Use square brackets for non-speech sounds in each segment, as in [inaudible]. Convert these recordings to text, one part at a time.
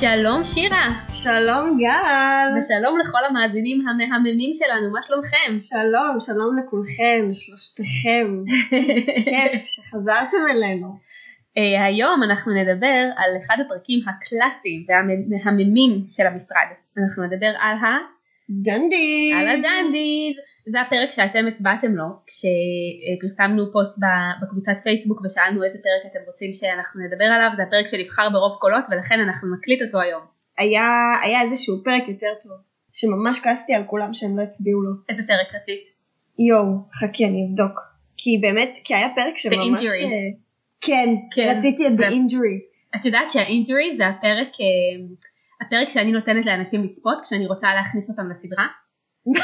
שלום שירה, שלום גל! ושלום לכל המאזינים המהממים שלנו, מה שלומכם? שלום, שלום לכולכם, שלושתכם. איזה כיף שחזרתם אלינו. אה, היום אנחנו נדבר על אחד הפרקים הקלאסיים והמהממים של המשרד. אנחנו נדבר על, ה... דנדי! על הדנדיז. זה הפרק שאתם הצבעתם לו כשפרסמנו פוסט ב- בקבוצת פייסבוק ושאלנו איזה פרק אתם רוצים שאנחנו נדבר עליו, זה הפרק שנבחר ברוב קולות ולכן אנחנו נקליט אותו היום. היה, היה איזשהו פרק יותר טוב, שממש כעסתי על כולם שהם לא הצביעו לו. איזה פרק רצית? יואו, חכי אני אבדוק. כי באמת, כי היה פרק שממש... Injury. אה, כן, כן. רציתי את זה- The Injury. את יודעת שהאינג'רי זה הפרק, אה, הפרק שאני נותנת לאנשים לצפות כשאני רוצה להכניס אותם לסדרה.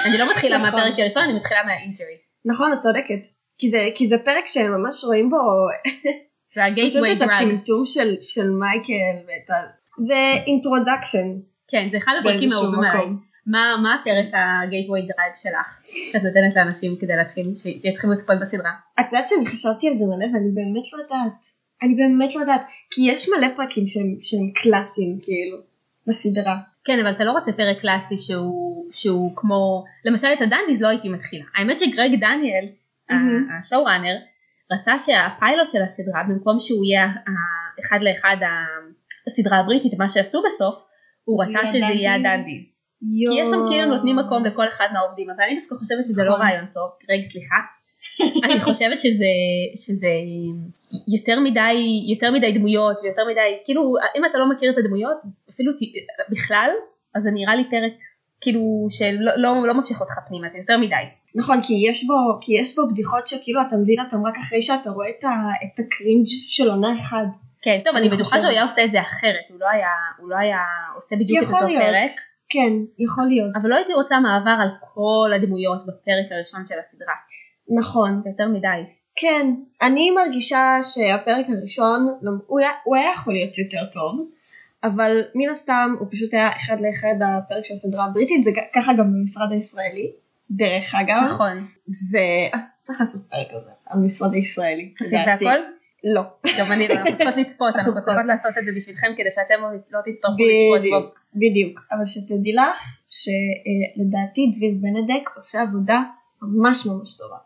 אני לא מתחילה נכון. מהפרק הראשון, אני מתחילה מהאינג'רי. נכון, את צודקת. כי זה, כי זה פרק שממש רואים בו זה פשוט הגייטווי את דרג. הטמטום של, של מייקל ואת ה... זה אינטרודקשן. כן, זה אחד הפרקים באיזשהו האהובים עליי. מקום. מה מה הפרק הגייטווי דרג שלך, שאת נותנת לאנשים כדי להתחיל, ש- שיתחילו לצפות בסדרה? את יודעת שאני חשבתי על זה מלא ואני באמת לא יודעת. אני באמת לא יודעת. כי יש מלא פרקים שהם, שהם קלאסיים כאילו בסדרה. כן, אבל אתה לא רוצה פרק קלאסי שהוא, שהוא כמו, למשל את הדניז לא הייתי מתחילה. האמת שגרג דניאלס, מהמם. ה- השואו-ראנר, רצה שהפיילוט של הסדרה, במקום שהוא יהיה ה- אחד לאחד ה- הסדרה הבריטית, מה שעשו בסוף, הוא זה רצה יהיה שזה יהיה הדנדיז. הדנדיז. כי יש שם כאילו נותנים מקום לכל אחד מהעובדים, אבל אני דווקא חושבת שזה לא לא. נכון. רעיון טוב, גרג סליחה. אני חושבת שזה, שזה יותר מדי, יותר מדי דמויות ויותר מדי, כאילו אם אתה לא מכיר את הדמויות, אפילו ת- בכלל, אז זה נראה לי פרק כאילו שלא לא, לא ממשיך אותך פנימה, זה יותר מדי. נכון, כי יש, בו, כי יש בו בדיחות שכאילו אתה מבין אותן רק אחרי שאתה רואה את, ה, את הקרינג' של עונה אחד. כן, טוב, אני אני בטוחה חושבת. שהוא היה עושה את זה אחרת, הוא לא היה, הוא לא היה עושה בדיוק את יכול אותו להיות. פרק, כן, יכול להיות. אבל לא הייתי רוצה מעבר על כל הדמויות בפרק הראשון של הסדרה, נכון. זה יותר מדי. כן, אני מרגישה שהפרק הראשון, לא, הוא היה, הוא היה יכול להיות יותר טוב, אבל מן הסתם הוא פשוט היה אחד לאחד הפרק של הסדרה הבריטית, זה ג- ככה גם במשרד הישראלי, דרך אגב, נכון. וצריך לעשות פרק כזה על משרד הישראלי, צפית והכל? לא, גם אני לא, [laughs] אנחנו צריכות לצפות, אנחנו אנחנו צריכות צריכות. לעשות את זה בשבילכם כדי שאתם לא לא תצטרכו לצפות בו. בדיוק, בדיוק, אבל שתדעי לך שלדעתי דביר בנדק עושה עבודה ממש ממש טובה.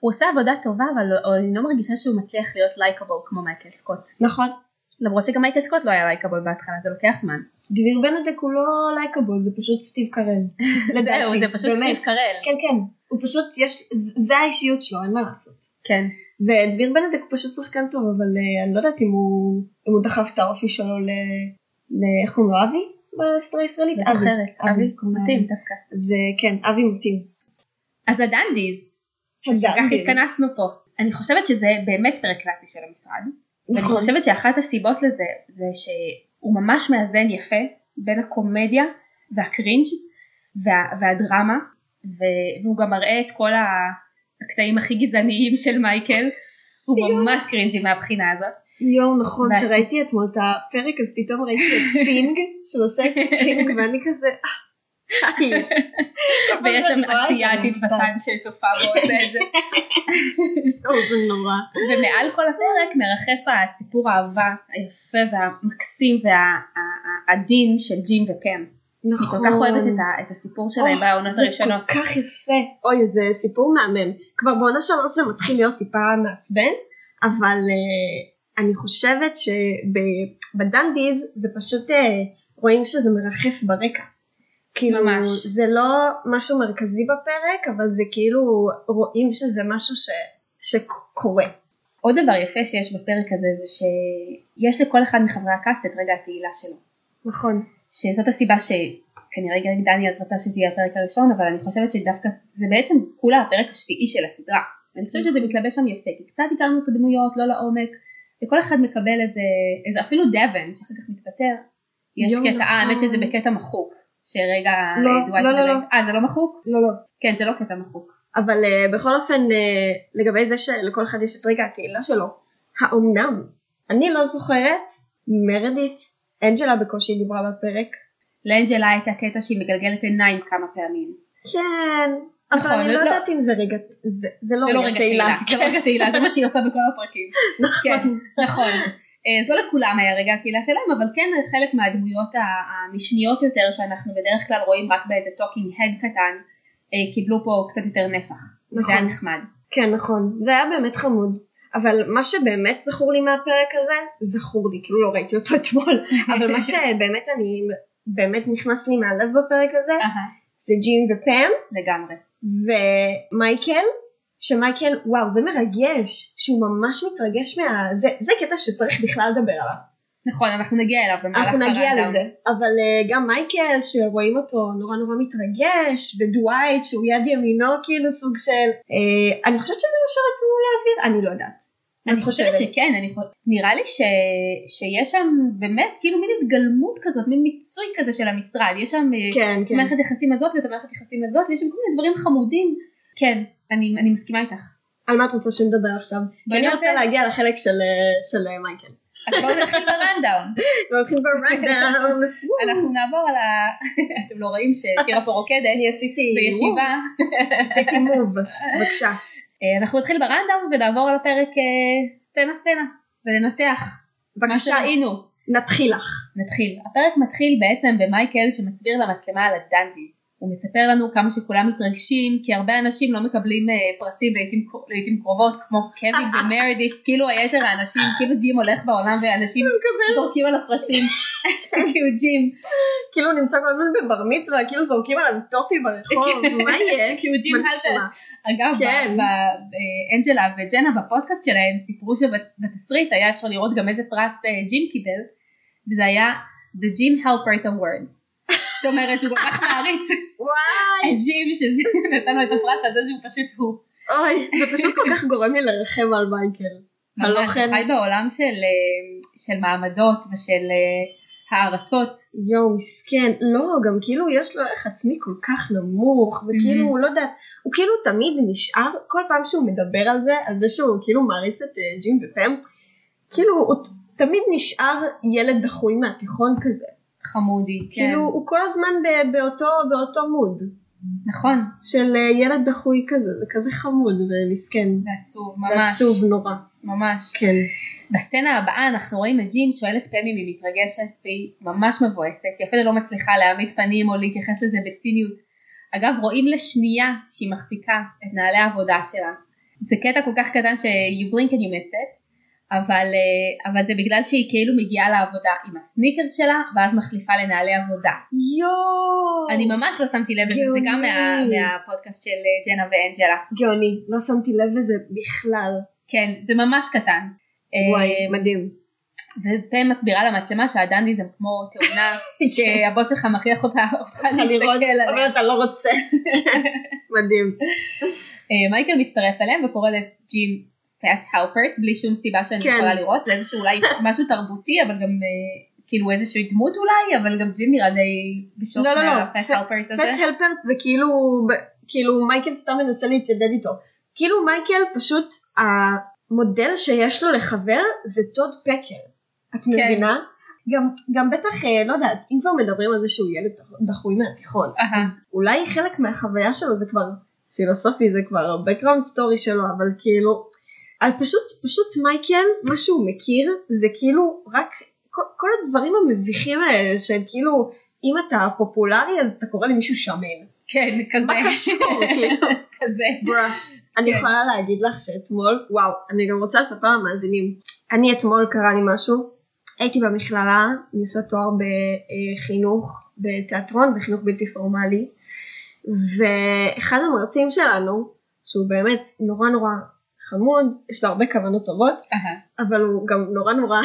הוא עושה עבודה טובה, אבל הוא- אני לא מרגישה שהוא מצליח להיות לייקבול כמו מייקל סקוט. נכון, למרות שגם מייקל סקוט לא היה לייקבול בהתחלה, זה לוקח זמן. דביר בנדק הוא לא לייקבול, זה פשוט סטיב קרל, לדעתי, [laughs] זהו, זה פשוט באמת. סטיב קרל. כן כן, הוא פשוט, יש, ז- זה האישיות שלו, אין מה לעשות. כן. ודביר בנדק הוא פשוט שחקן טוב, אבל אה, אני לא יודעת אם הוא, אם הוא דחף את האופי שלו ל... ל איך קוראים לו אבי? בסדרה הישראלית? לא זוכרת, אבי, קוראים לו מתאים דווקא. זה כן, אבי מתאים. אז הדנדיז, כך התכנסנו פה. אני חושבת שזה באמת פרק קלאסי של המשרד. ואני נכון. חושבת שאחת הסיבות לזה זה שהוא ממש מאזן יפה בין הקומדיה והקרינג' וה, והדרמה ו, והוא גם מראה את כל ה- הקטעים הכי גזעניים של מייקל הוא ממש קרינג'י מהבחינה הזאת יואו נכון, ואז- כשראיתי אתמול את הפרק אז פתאום ראיתי את פינג, שהוא עושה את פינג ואני כזה, "אה, די." ויש שם אני רואה את זה, לא אני אסיאתית מופתעת. בצד שצופה בו עושה את זה יואו, זה נורא. ומעל כל הפרק מרחף הסיפור האהבה היפה והמקסים והעדין של ג'ים ופם אני כל נכון. כך אוהבת את ה- את הסיפור שלהם אוי, בעונות הראשונות זה כל כך יפה. אוי, זה סיפור מהמם. כבר בעונה שלוש זה מתחיל להיות טיפה מעצבן, אבל אה, אני חושבת שבדנדיז זה פשוט אה, רואים שזה מרחף ברקע. כאילו, ממש. זה לא משהו מרכזי בפרק, אבל זה כאילו רואים שזה משהו ש, שקורה. עוד דבר יפה שיש בפרק הזה זה שיש לכל אחד מחברי הקאסט את רגע התהילה שלו. נכון. שזאת הסיבה שכנראה גרג דניאלס רצה שזה יהיה הפרק הראשון, אבל אני חושבת שדווקא זה בעצם כולה הפרק השביעי של הסדרה. ואני חושבת שזה מתלבש שם יפה, כי קצת הכרנו את הדמויות, לא לעומק, וכל אחד מקבל איזה, איזה אפילו דבן שאחר כך מתפטר. יש יואו, קטע, אה, האמת נכון. שזה בקטע מחוק, שרגע לא, אה, דווייט לא, לא, מדבר. לא. אה, זה לא מחוק? לא, לא. כן, זה לא קטע מחוק. אבל אה, בכל אופן, אה, לגבי זה שלכל אחד יש את רגע התהילה שלו, האומנם? אני לא זוכרת, מרדית, אנג'לה בקושי דיברה בפרק. לאנג'לה הייתה קטע שהיא מגלגלת עיניים כמה פעמים. כן, נכון, אבל אני לא לא- יודעת אם זה רגע, זה- זה זה לא לא רגע רגע תהילה, תהילה. זה לא רגע תהילה, זה מה שהיא עושה בכל הפרקים. [laughs] נכון. נכון. אז לא לכולם היה רגע הקהילה שלהם, אבל כן חלק מהדמויות המשניות יותר שאנחנו בדרך כלל רואים רק באיזה טוקינג הד קטן, אה, קיבלו פה קצת יותר נפח. נכון. זה היה נחמד. כן, נכון. זה היה באמת חמוד. אבל מה שבאמת זכור לי מהפרק הזה, זכור לי, כאילו לא ראיתי אותו [laughs] אתמול, אבל מה שבאמת אני, באמת נכנס לי מהלב בפרק הזה, אהה, זה ג'ים ופם לגמרי. ומייקל, שמייקל, וואו, זה מרגש, שהוא ממש מתרגש מה... זה, זה קטע שצריך בכלל לדבר עליו. נכון, אנחנו נגיע אליו במהלך אנחנו נגיע הרנדאון. לזה. אבל אה, גם מייקל שרואים אותו נורא נורא מתרגש, ודווייט שהוא יד ימינו כאילו סוג של... אה, אני חושבת שזה מה שרצו להעביר, אני לא יודעת. אני את חושבת שכן, אני חושבת, נראה לי ש... שיש שם באמת כאילו מין התגלמות כזאת, מין מיצוי כזה של המשרד, יש שם אה, כן, את מערכת היחסים הזאת ואת המערכת היחסים הזאת, ויש שם כל מיני דברים חמודים. כן, אני, אני מסכימה איתך. על מה את רוצה שנדבר עכשיו? כי בואי אני נעשה- רוצה להגיע לחלק של אה, של אה, [laughs] מייקל. אז בואו נתחיל ברנדאון. נתחיל ברנדאון. אנחנו נעבור על ה... [laughs] אתם לא רואים ששירה פה [laughs] רוקדת אני עשיתי... בישיבה. עשיתי [laughs] מוב. בבקשה. אה, אנחנו נתחיל ברנדאון ונעבור על הפרק אה, סצנה סצנה, ולנתח מה בבקשה, שראינו. נתחיל לך. נתחיל. הפרק מתחיל בעצם במייקל שמסביר למצלמה על הדנדיז. הוא מספר לנו כמה שכולם מתרגשים, כי הרבה אנשים לא מקבלים אה, פרסים לעיתים, קר- לעיתים קרובות, כמו קווין ומרידיק, [laughs] כאילו היתר האנשים, כאילו ג'ים הולך בעולם ואנשים זורקים על הפרסים, כאילו ג'ים, כאילו נמצא כל הזמן בבר מצווה, כאילו זורקים עליו טופי ברחוב, מה יהיה? כאילו ג'ים מה נשמע? הלטר. אגב, כן. ב- ב- אה, אנג'לה וג'נה בפודקאסט שלהם סיפרו שבתסריט היה אפשר לראות גם איזה פרס אה, ג'ים קיבל, וזה היה The Jim Helper Award. זאת אומרת, הוא כל כך מעריץ וואי, הג'ים שזה [laughs] נתן לו את הפרס על זה שהוא פשוט הוא. אוי, זה פשוט כל כך גורם לי לרחם על מייקל. הלא ממש, כן. הוא חי בעולם של, אה, של מעמדות ושל אה, הערצות. יואו, מסכן. לא, גם כאילו יש לו ערך עצמי כל כך נמוך, וכאילו, Mhm. הוא לא יודעת, הוא כאילו תמיד נשאר, כל פעם שהוא מדבר על זה, על זה שהוא כאילו מעריץ את אה, ג'ים ופם, כאילו, הוא ת- תמיד נשאר ילד דחוי מהתיכון כזה. חמודי, כן. כאילו, הוא כל הזמן ב- באותו, באותו מוד. נכון, של אה, ילד דחוי כזה, זה כזה חמוד ומסכן. זה עצוב, זה ממש. עצוב נורא. ממש. כן. בסצנה הבאה אנחנו רואים את ג'ים שואל את פמי אם היא מתרגשת והיא ממש מבואסת, היא אפילו לא מצליחה להעמיד פנים או להתייחס לזה בציניות. אגב רואים לשנייה שהיא מחזיקה את נעלי העבודה שלה. זה קטע כל כך קטן ש- you blink and you miss it, אבל, אה, אבל זה בגלל שהיא כאילו מגיעה לעבודה עם הסניקרס שלה ואז מחליפה לנעלי עבודה. יואו! אני ממש לא שמתי לב לזה, זה גם מה, גאוני. מהפודקאסט של אה, ג'נה ואנג'לה. גאוני, לא שמתי לב לזה בכלל. כן, זה ממש קטן. וואי, אה, מדהים. ופן מסבירה למצלמה שהדנדיזם כמו [laughs] תאונה כן. שהבוס שלך מכריח אותה, אותך להסתכל עליה. אבל אתה לא [laughs] רוצה. מדהים. אה, מייקל מצטרף אליהם וקורא לג'ים פאט הלפרט בלי שום סיבה שאני כן. יכולה לראות, זה איזשהו [laughs] אולי משהו תרבותי אבל גם אה, כאילו איזושהי דמות אולי, אבל גם ג'ים נראה די בשוק לא, לא, לא. מהפאט פט- הלפרט הזה. פט הלפרט זה כאילו, ב- כאילו מייקל סתם מנסה להתיידד איתו. כאילו מייקל פשוט, המודל שיש לו לחבר זה טוד פקר. את כן. מבינה? גם, גם בטח, אה, לא יודעת, אם כבר מדברים על זה שהוא ילד דחוי מהתיכון, אהה. אז אולי חלק מהחוויה שלו זה כבר פילוסופי, זה כבר ה-background story שלו, אבל כאילו, אז פשוט, פשוט מייקל, מה שהוא מכיר, זה כאילו רק כל, כל הדברים המביכים האלה, שהם כאילו, אם אתה פופולרי אז אתה קורא למישהו שמן. כן, כזה. מה [laughs] קשור, כאילו? כזה. ברה. אני כן. יכולה להגיד לך שאתמול, וואו, אני גם רוצה לספר למאזינים. אני אתמול קרה לי משהו, הייתי במכללה, אני עושה תואר בחינוך, בתיאטרון, בחינוך בלתי פורמלי, ואחד המרצים שלנו, שהוא באמת נורא נורא חמוד, יש לו הרבה כוונות טובות, אהה. [laughs] אבל הוא גם נורא נורא,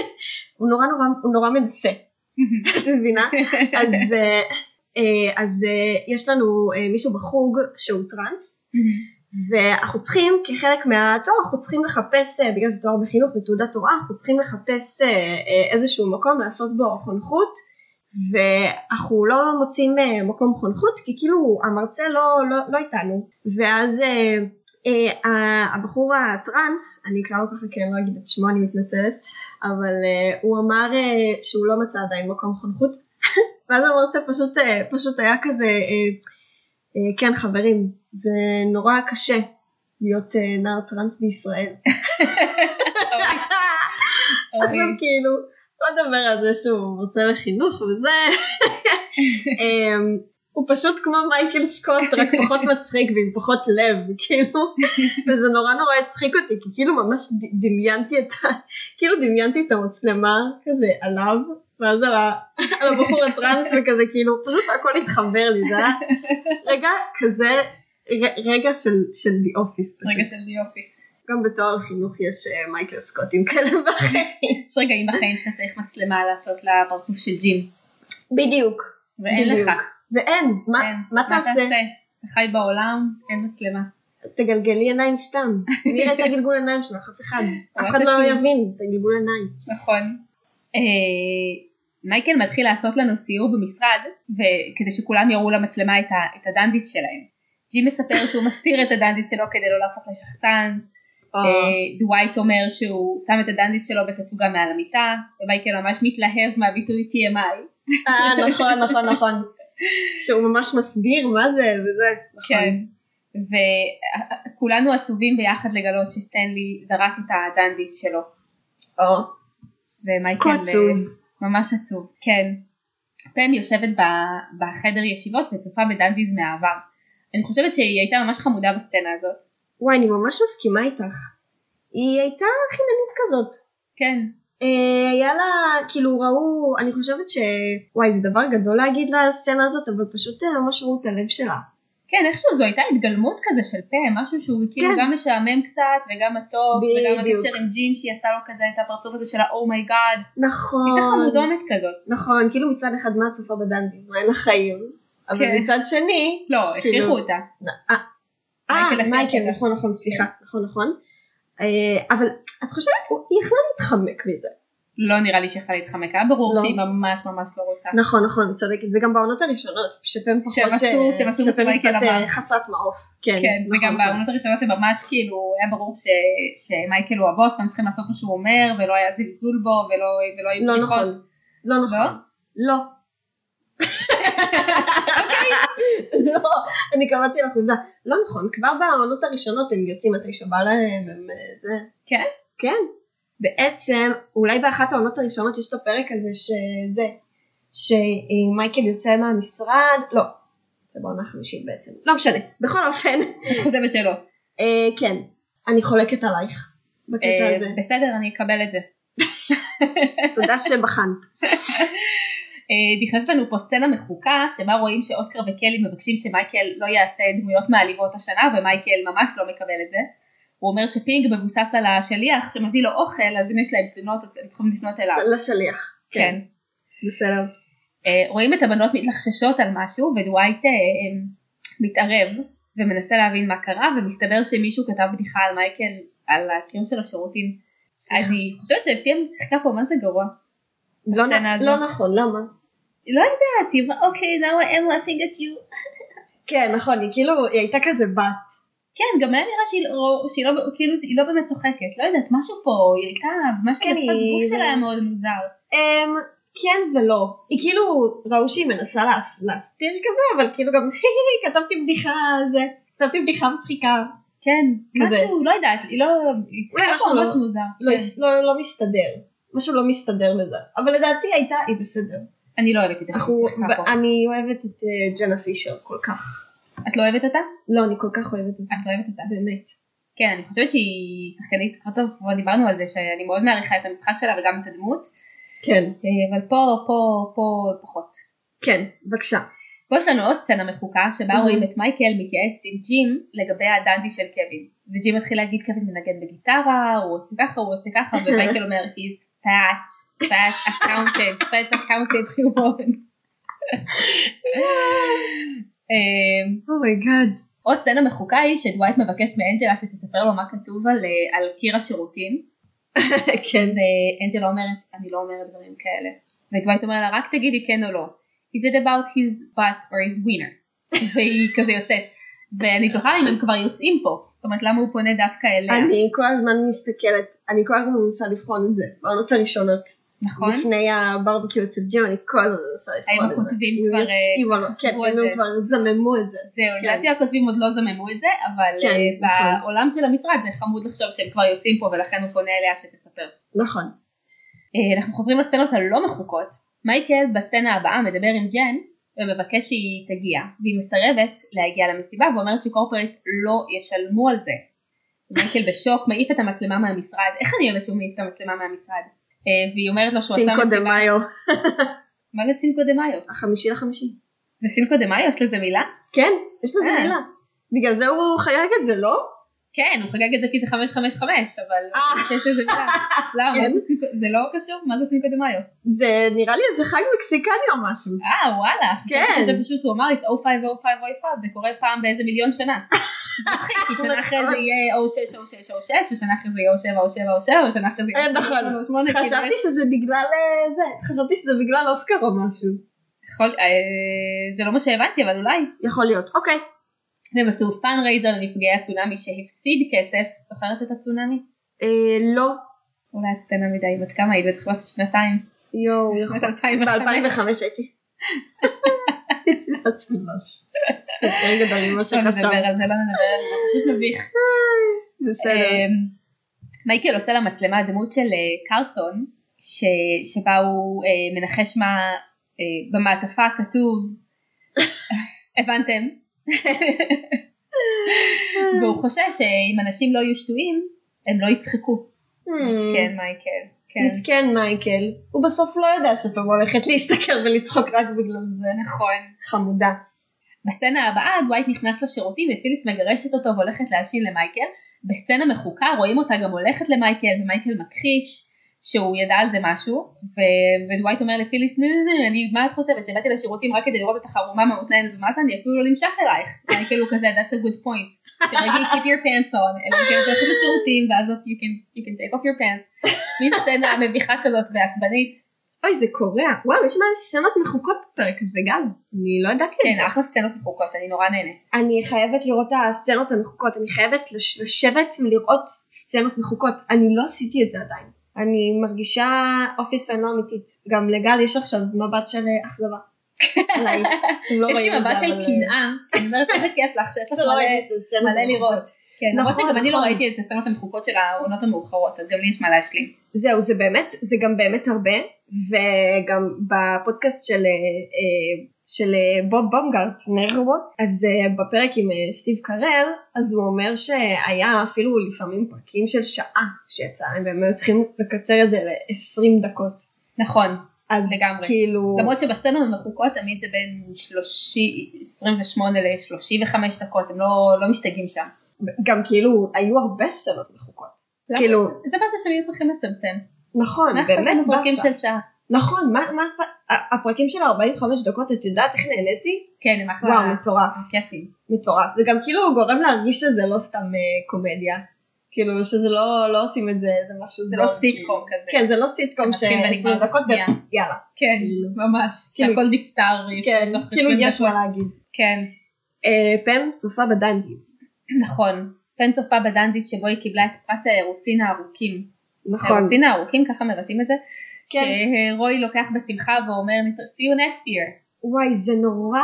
[laughs] הוא נורא נורא, הוא נורא מנסה, [laughs] את [laughs] מבינה? אוקיי. אז, אה, אה, אז אה, יש לנו אה, מישהו בחוג שהוא טרנס, ואנחנו צריכים, כחלק מהתואר, אנחנו צריכים לחפש, אה, בגלל שזה תואר בחינוך ותעודת תורה, אנחנו צריכים לחפש אה, אה, איזשהו מקום לעשות בו חונכות, ואנחנו לא מוצאים אה, מקום חונכות, כי כאילו המרצה לא, לא, לא איתנו. ואז אה, אה, ה- הבחור הטרנס, אני אקרא לו ככה כי אני לא אגיד את שמו, אני מתנצלת, אבל אה, הוא אמר אה, שהוא לא מצא עדיין מקום חונכות, [laughs] ואז המרצה פשוט, אה, פשוט היה כזה, אה, אה, כן חברים, זה נורא קשה להיות אה, נער טרנס בישראל. עכשיו כאילו, לא נדבר על זה שהוא מרצה לחינוך וזה. [laughs] אמ, הוא פשוט כמו מייקל סקוט, רק פחות מצחיק ועם פחות לב, [laughs] כאילו, וזה נורא נורא הצחיק אותי, כי כאילו ממש ד- דמיינתי את ה... כאילו דמיינתי את המצלמה כזה עליו, ואז על, ה... [laughs] על הבחור הטראנס וכזה, כאילו, פשוט הכל התחבר לי, זה היה רגע כזה, ר... רגע של, של די אופיס פשוט. אוקיי. רגע של די אופיס. גם בתואר חינוך יש אה, מייקל סקוטים כאלה ואחרים. יש רגעים בחיים שאתה צריך מצלמה לעשות לפרצוף של ג'ים, בדיוק. ואין לך. בדיוק. ואין, מה, אין. מה תעשה? אתה חי בעולם, אין מצלמה. תגלגלי עיניים [laughs] סתם. מי יראה את הגלגול עיניים שלך? אף אחד. אף אחד לא עצוב. יבין את הגלגול עיניים. נכון. אה, מייקל מתחיל לעשות לנו סיור במשרד, וכדי שכולם יראו למצלמה את, ה, את הדנדיס שלהם. ג'י מספר שהוא מסתיר את הדנדיס שלו כדי לא להפוך לשחצן, אה, דווייט אומר שהוא שם את הדנדיס שלו בתצוגה מעל המיטה, ומייקל ממש מתלהב מהביטוי TMI. אה, נכון, נכון, נכון. [laughs] שהוא ממש מסביר מה זה וזה. נכון. כן. וכולנו עצובים ביחד לגלות שסטנלי זרק את הדנדיס שלו, או, ומייקל... אה, כה עצוב. ממש עצוב, כן. פם יושבת ב- בחדר ישיבות וצופה בדנדיז מהעבר. אני חושבת שהיא הייתה ממש חמודה בסצנה הזאת. וואי, אני ממש מסכימה איתך. היא הייתה חיננית כזאת. כן, אה, היה לה, כאילו ראו, אני חושבת ש... וואי, זה דבר גדול להגיד לסצנה הזאת, אבל פשוט אה, ממש ראו את הלב שלה. כן, איכשהו זו הייתה התגלמות כזה של פם, משהו שהוא כאילו כן. גם משעמם קצת וגם מתוק, וגם בדיוק. הקשר עם ג'ים שהיא עשתה לו כזה את הפרצוף הזה של האומייגאד, נכון. הייתה חמודונת כזאת. נכון, כאילו מצד אחד מה את צופה בדנדיז, מה אין לך חיים, אבל כן. מצד שני, לא, הכריחו כאילו. אותה. אה, מייקל אה, הכי מייקל, הכי נכון, נכון, סליחה, נכון, נכון, אה, אבל את חושבת, הוא- היא יכלה להתחמק מזה, לא נראה לי שיכולה להתחמק, היה ברור לא. שהיא ממש ממש לא רוצה. נכון, נכון, את צודקת, זה גם בעונות הראשונות, שפם פחות, שהם עשו- אה, שהם עשו מה שפם שמייקל קצת, אה, אמר. חסרת מעוף, כן, כן, נכון, וגם נכון. בעונות הראשונות הם ממש כאילו, היה ברור ש, שמייקל הוא הבוס והם צריכים לעשות מה שהוא אומר, ולא היה זלזול בו, ולא, ולא היו לא בדיחות. נכון, לא לא? אוקיי. נכון, לא, [laughs] לא, אני קבעתי לך עובדה, לא נכון, כבר בעונות הראשונות הם יוצאים מתי שבא להם, הם אה, זה, כן? כן. בעצם, אולי באחת העונות הראשונות יש את הפרק הזה שזה, שמייקל יוצא מהמשרד, לא, זה בעונה חמישית בעצם, לא משנה, בכל אופן, [laughs] אני חושבת שלא. אה, כן, אני חולקת עלייך בקטע אה, [laughs] הזה, בסדר, אני אקבל את זה. תודה שבחנת. אה, נכנסת לנו פה סצנה מחוקה, שבה רואים שאוסקר וקלי מבקשים שמייקל לא יעשה דמויות מעליבות השנה, ומייקל ממש לא מקבל את זה. הוא אומר שפינג מבוסס על השליח שמביא לו אוכל, אז אם יש להם תלונות, אז הם צריכים לפנות אליו. לשליח. כן. בסדר. אה, רואים את הבנות מתלחששות על משהו ודווייט אה, אה, מתערב ומנסה להבין מה קרה ומסתבר שמישהו כתב בדיחה על מייקל על הקיר של השירותים. אני חושבת שפיהם שיחקה פה מה זה גרוע. לא נ- הסצנה הזאת. לא נכון, למה? לא יודעת, היא אמרה אוקיי, now I am laughing at you. כן, נכון, היא כאילו, היא הייתה כזה בת. כן, גם לה נראה שהיא, לא- שהיא, לא, כאילו, היא לא באמת צוחקת, לא יודעת, משהו פה, היא הייתה, משהו כן, בשפת היא- גוף שלה היה מאוד מוזר. אמ, כן ולא. היא כאילו, ראו שהיא מנסה להס- להסתיר כזה, אבל כאילו גם, [laughs] כתבתי בדיחה על זה, כתבתי בדיחה מצחיקה. כן, כזה. משהו, לא יודעת, היא לא, היא שיחקה משהו פה לא- ממש מוזר. לא, כן. לא, לא מסתדר. משהו לא מסתדר בזה. אבל לדעתי הייתה, היא בסדר. אני לא אוהבת את איך אנחנו, שהיא שיחקה פה. אני אוהבת את אה, ג'נה פישר כל כך. את לא אוהבת אותה? לא, אני כל כך אוהבת אותה. את לא אוהבת אותה. באמת. כן, אני חושבת שהיא שחקנית כבר טוב, כבר דיברנו על זה שאני מאוד מעריכה את המשחק שלה וגם את הדמות, כן. אה, אבל פה, פה, פה פחות. כן, בבקשה. פה יש לנו עוד סצנה מחוקה שבה Mhm. רואים את מייקל מתייעץ עם ג'ים לגבי הדנדי של קווין. וג'ים מתחיל להגיד קווין מנגן בגיטרה, הוא עושה ככה, הוא עושה ככה, ומייקל אומר he's fat, fat accountant, fat accountant human. [laughs] אה, אומייגאד. עוד סצנה מחוקה היא שדווייט מבקש מאנג'לה שתספר לו מה כתוב על, אה, על קיר השירותים, [laughs] כן. ואנג'לה אומרת, אני לא אומרת דברים כאלה. ודווייט אומר לה, רק תגידי כן או לא. Is it about his butt or his winner? [laughs] והיא כזה יוצאת. ואני תוהה אם הם כבר יוצאים פה. זאת אומרת, למה הוא פונה דווקא אליה? אני כל הזמן מסתכלת, אני כל הזמן מנסה לבחון את זה, בעונות הראשונות. נכון? לפני הברבקיו אצל ג'ים, אני כל הזמן מנסה האם לבחון את זה. הכותבים אם כבר, אה, יוצאים או לא, חשבו כן, על אם זה? הם כבר זממו את זה. זהו, כן. לדעתי הכותבים עוד לא זממו את זה, אבל כן, אה, נכון. בעולם של המשרד זה חמוד לחשוב שהם כבר יוצאים פה ולכן הוא פונה אליה שתספר. נכון. אה, אנחנו חוזרים לסצנות הלא מחוקות. מייקל בסצנה הבאה מדבר עם ג'ן ומבקש שהיא תגיע, והיא מסרבת להגיע למסיבה ואומרת שקורפרט לא ישלמו על זה. מייקל בשוק, מעיף את המצלמה מהמשרד, איך אני יודעת שהוא מעיף את המצלמה מהמשרד? אה, והיא אומרת לו שהוא עשה סינקו דה מסיבה, מאיו, מה זה סינקו דה מאיו? החמישי לחמישי. זה סינקו דה מאיו? יש לזה מילה? כן, יש לזה אה. מילה. בגלל זה הוא חייג את זה, לא? כן, הוא חגג את זה כי זה 555, אבל אה. שיש לזה [laughs] מילה. למה? כן. מה זה סינקו- זה לא קשור? מה זה סינקו דה מאיו? זה נראה לי איזה חג מקסיקני או משהו. אה, וואלה. כן. חשבתי שזה פשוט, הוא אמר, it's 050505, זה קורה פעם באיזה מיליון שנה. שזה מצחיק, כי [laughs] שנה אחרי זה יהיה 060606, ושנה אחרי זה יהיה 070707, ושנה אחרי זה כאילו יהיה אה, נכון. 0808. חשבתי שזה בגלל אה, זה, חשבתי שזה בגלל אוסקר או משהו. זה לא מה שהבנתי, אבל אולי. יכול להיות, אוקיי. והם עשו פאנרייזר לנפגעי הצונאמי שהפסיד כסף. זוכרת את הצונאמי? אה, לא. אולי את קטנה מדי, בת כמה היית? בטח בת שנתיים. יואו, בשנת יכול- 2005. ב-2005 [laughs] הייתי. הייתי בת שלוש. זה יותר [laughs] גדול ממה לא שחשבתי. אה, נדבר על זה, לא נדבר על זה, זה פשוט מביך. בסדר. אמ, מייקל עושה למצלמה דמות של אה, קרסון, ש... שבה הוא אה, מנחש מה אה, במעטפה [laughs] כתוב, הבנתם? אה, והוא חושש שאם אנשים לא יהיו שטויים, הם לא יצחקו. Hmm. מסכן מייקל. כן. מסכן מייקל, הוא בסוף לא יודע שפעם הולכת להשתכר ולצחוק רק בגלל זה. נכון. חמודה. בסצנה הבאה דווייט נכנס לשירותים ופיליס מגרשת אותו והולכת להלשין למייקל. בסצנה מחוקה רואים אותה גם הולכת למייקל ומייקל מכחיש שהוא ידע על זה משהו ו- ודווייט אומר לפיליס נו נו נו אני מה את חושבת שבאתי לשירותים רק כדי לראות אותך ערומה מהמותניים ומטה אני אפילו לא נמשך אלייך. [laughs] מייקל הוא כזה that's a good point. תרגי keep your pants on אלא אם כן את הולכת לשירותים ואז את- you can, you can take off your pants. מין סצנה מביכה כזאת ועצבנית. אוי זה קורע, וואו יש מלא סצנות מחוקות בפרק הזה גם, אני לא ידעתי את כן זה. אחלה סצנות מחוקות אני נורא נהנית. אני חייבת לראות את הסצנות המחוקות, אני חייבת לש- לשבת ולראות סצנות מחוקות, אני לא עשיתי את זה עדיין. אני מרגישה אופיס ואני לא אמיתית, גם לגל יש עכשיו מבט של אה, [laughs] אכזבה. אולי, אתם לא יש לי רואים את מבט זה, של אבל, אה, קנאה, אני לא אומרת איזה כיף לך שיש לך [laughs] שלא מלא ראיתי את הסצנות מלא המחוקות. לראות. כן, למרות נכון, שגם אני לא נכון. ראיתי את הסצנות המחוקות של העונות המאוחרות, אז גם לי יש מה להשלים. זהו, זה באמת, זה גם באמת הרבה, וגם בפודקאסט של, אה, אה, של אה, בוב בומגרט, נערך בו, אז אה, בפרק עם אה, סטיב קרל, אז הוא אומר שהיה אפילו לפעמים פרקים של שעה שיצא להם, והם היו צריכים לקצר את זה ל-20 דקות. נכון, אז לגמרי. כאילו, למרות שבסצנות המחוקות תמיד זה בין 30 28 ל-35 דקות, הם לא לא משתגעים שם. גם כאילו, היו הרבה סצנות מחוקות. למה כאילו- ש- זה באסה שהם היו צריכים לצמצם. נכון, אנחנו באמת עשינו פרקים באסה. של שעה. נכון, מה, מה, ה- הפרקים של 45 דקות, את יודעת איך נהניתי? כן, הם אחלה. וואו, מטורף. הם כיפים. מטורף. זה גם כאילו גורם להרגיש שזה לא סתם אה, קומדיה. כאילו שזה לא, לא עושים את זה, זה משהו זה זול, לא כאילו. סיטקום כזה. כן, זה לא סיטקום שמתחיל ש-20 ונגמר דקות בשנייה. ויאללה. כן, כאילו. ממש. כאילו- שהכל נפתר. כן, תוך כאילו 20 יש דקות. מה להגיד. כן. אה, פם צופה בדנדיז. נכון, פן צופה בדנדיס שבו היא קיבלה את פרס האירוסין הארוכים. נכון. האירוסין הארוכים, ככה מבטאים את זה? כן. שרוי לוקח בשמחה ואומר, see you next year. וואי, זה נורא.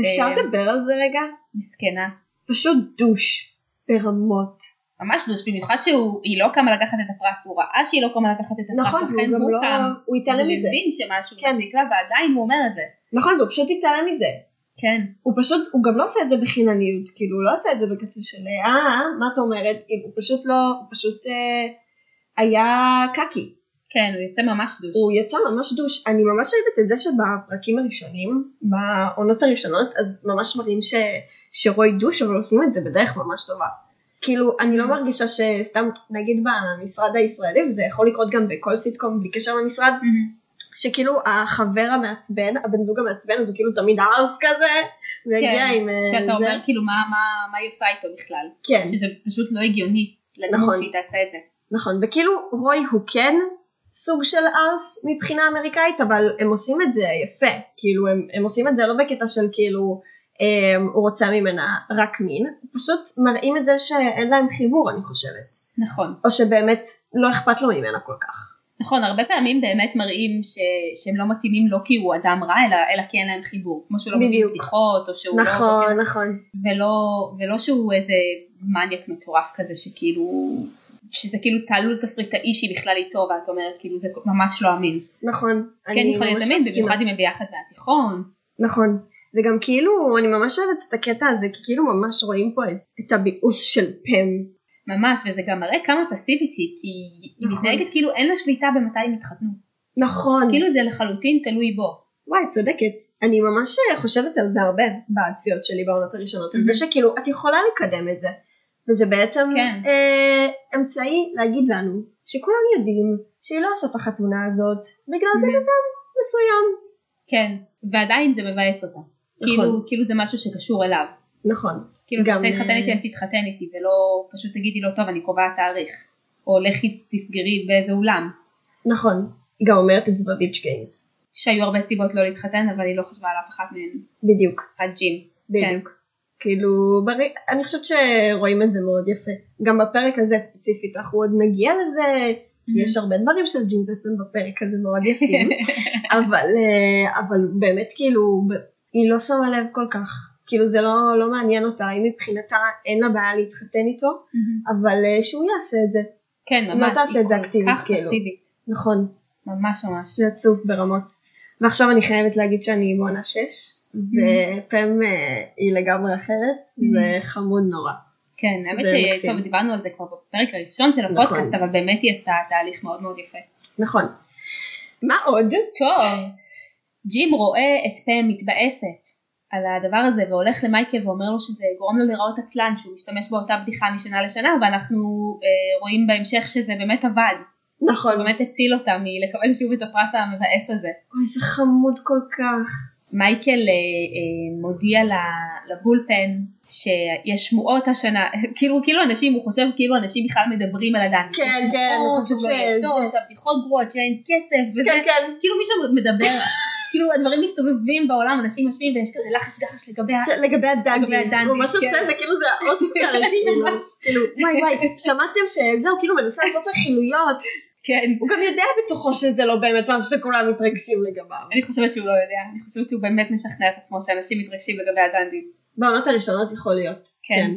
אפשר אה. לדבר על זה רגע? מסכנה. פשוט דוש. ברמות. אה, ממש דוש, במיוחד שהיא לא קמה לקחת את הפרס, הוא ראה שהיא לא קמה לקחת את הפרס, נכון, והוא לכן גם הוא לא... קם. הוא אז התעלם הוא מזה. מבין שמשהו כן. מזיק לה, ועדיין הוא אומר את זה. נכון, והוא פשוט התעלם מזה. כן, הוא פשוט, הוא גם לא עושה את זה בחינניות, כאילו, הוא לא עושה את זה בקצב של אה, מה את אומרת, כאילו, הוא פשוט לא, הוא פשוט אה, היה קקי, כן, הוא יוצא ממש דוש. הוא יצא ממש דוש. אני ממש אוהבת את זה שבפרקים הראשונים, בעונות הראשונות, אז ממש מראים ש, שרוי דוש, אבל עושים את זה בדרך ממש טובה. כאילו, אני לא מרגישה שסתם, נגיד במשרד הישראלי, וזה יכול לקרות גם בכל סיטקום בלי קשר למשרד, מהמם. שכאילו החבר המעצבן, הבן זוג המעצבן, אז הוא כאילו תמיד ארס כזה, והגיע כן, עם... אה, שאתה זה. אומר כאילו מה מה- מה היא עושה איתו בכלל, כן, שזה פשוט לא הגיוני לדמות נכון. שהיא תעשה את זה. נכון, וכאילו רוי הוא כן סוג של ארס מבחינה אמריקאית, אבל הם עושים את זה יפה, כאילו הם, הם עושים את זה לא בקטע של כאילו אה, הוא רוצה ממנה רק מין, פשוט מראים את זה שאין להם חיבור אני חושבת, נכון. או שבאמת לא אכפת לו ממנה כל כך. נכון, הרבה פעמים באמת מראים ש... שהם לא מתאימים לא כי הוא אדם רע, אלא, אלא כי אין להם חיבור. כמו שהוא לא מבין בדיוק. בדיחות, או שהוא לא... נכון, נכון, ולא, ולא שהוא איזה מניאק מטורף כזה, שכאילו שזה כאילו תעלול תסריטאי שהיא בכלל איתו ואת אומרת כאילו זה ממש לא אמין. נכון. כן יכול להיות אמין, במיוחד אם הם ביחד מהתיכון. נכון. זה גם כאילו, אני ממש אוהבת את הקטע הזה, כי כאילו ממש רואים פה את, את הביאוס של פם. ממש, וזה גם מראה כמה פסיבית היא, כי היא נכון. מתנהגת כאילו אין לה שליטה במתי הם התחתנו. נכון. כאילו זה לחלוטין תלוי בו. וואי, את צודקת. אני ממש אה, חושבת על זה הרבה בצפיות שלי בעונות הראשונות, על זה שכאילו את יכולה לקדם את זה. וזה בעצם כן. אה, אמצעי להגיד לנו שכולם יודעים שהיא לא עושה את החתונה הזאת בגלל Mhm. בן אדם מסוים. כן, ועדיין זה מבאס אותה. כאילו, כאילו זה משהו שקשור אליו. נכון. כאילו, גם, אתה רוצה להתחתן אה, איתי אז תתחתן איתי, ולא פשוט תגידי לו טוב אני קובעת תאריך. או לכי תסגרי באיזה אולם. נכון. היא גם אומרת את זה בביץ' גיימס. שהיו הרבה סיבות לא להתחתן, אבל היא לא חשבה על אף אחת מהן. בדיוק. עד ג'ים. כן. בדיוק. כאילו, בר... אני חושבת שרואים את זה מאוד יפה. גם בפרק הזה ספציפית, אנחנו עוד נגיע לזה, כי יש הרבה דברים של ג'ין ג'פן בפרק הזה [laughs] מאוד יפים, אבל, אה, אבל באמת כאילו, ב- היא לא שמה לב כל כך. כאילו זה לא, לא מעניין אותה, היא מבחינתה אין לה בעיה להתחתן איתו, אבל אה, שהוא יעשה את זה. כן, ממש. לא תעשה היא את זה כל אקטיבית, כך כאילו. פסיבית. נכון, ממש ממש. זה עצוב ברמות. ועכשיו אני חייבת להגיד שאני בעונה 6, ופם אה, היא לגמרי אחרת, זה חמוד נורא. כן, האמת זה ש- מקסים. טוב, דיברנו על זה כבר בפרק הראשון של הפודקאסט, אבל באמת היא עשתה תהליך מאוד מאוד יפה. נכון. מה עוד? טוב, ג'ים רואה את פם מתבאסת על הדבר הזה והולך למייקל ואומר לו שזה גורם לו להיראות עצלן שהוא משתמש באותה בדיחה משנה לשנה ואנחנו אה, רואים בהמשך שזה באמת עבד, נכון. זה באמת הציל אותה מלקבל שוב את הפרס המבאס הזה. אוי, זה חמוד כל כך. מייקל אה, אה, מודיע ל- לבולפן שיש שמועות השנה, [laughs] כאילו, כאילו אנשים, הוא חושב כאילו אנשים בכלל מדברים על הדני. כן, יש כן, שמועות, הוא חושב הוא לא שזה- יחתום, שהבדיחות גרועות, שאין כסף, וזה, כן, כן. כאילו מישהו מדבר, כאילו הדברים מסתובבים בעולם, אנשים יושבים ויש כזה לחש גחש לגבי ה... זה לגבי לגבי הדנדיז, הדנדיז, הוא ממש כן. עושה את זה, כאילו זה [laughs] האוסקר, כאילו, כאילו, וואי וואי, שמעתם שזהו, כאילו מנסה לעשות רכילויות, כן. הוא גם יודע בתוכו שזה לא באמת משהו שכולם מתרגשים לגביו. אני חושבת שהוא לא יודע, אני חושבת שהוא באמת משכנע את עצמו שאנשים מתרגשים לגבי הדנדי. בעונות הראשונות יכול להיות. כן,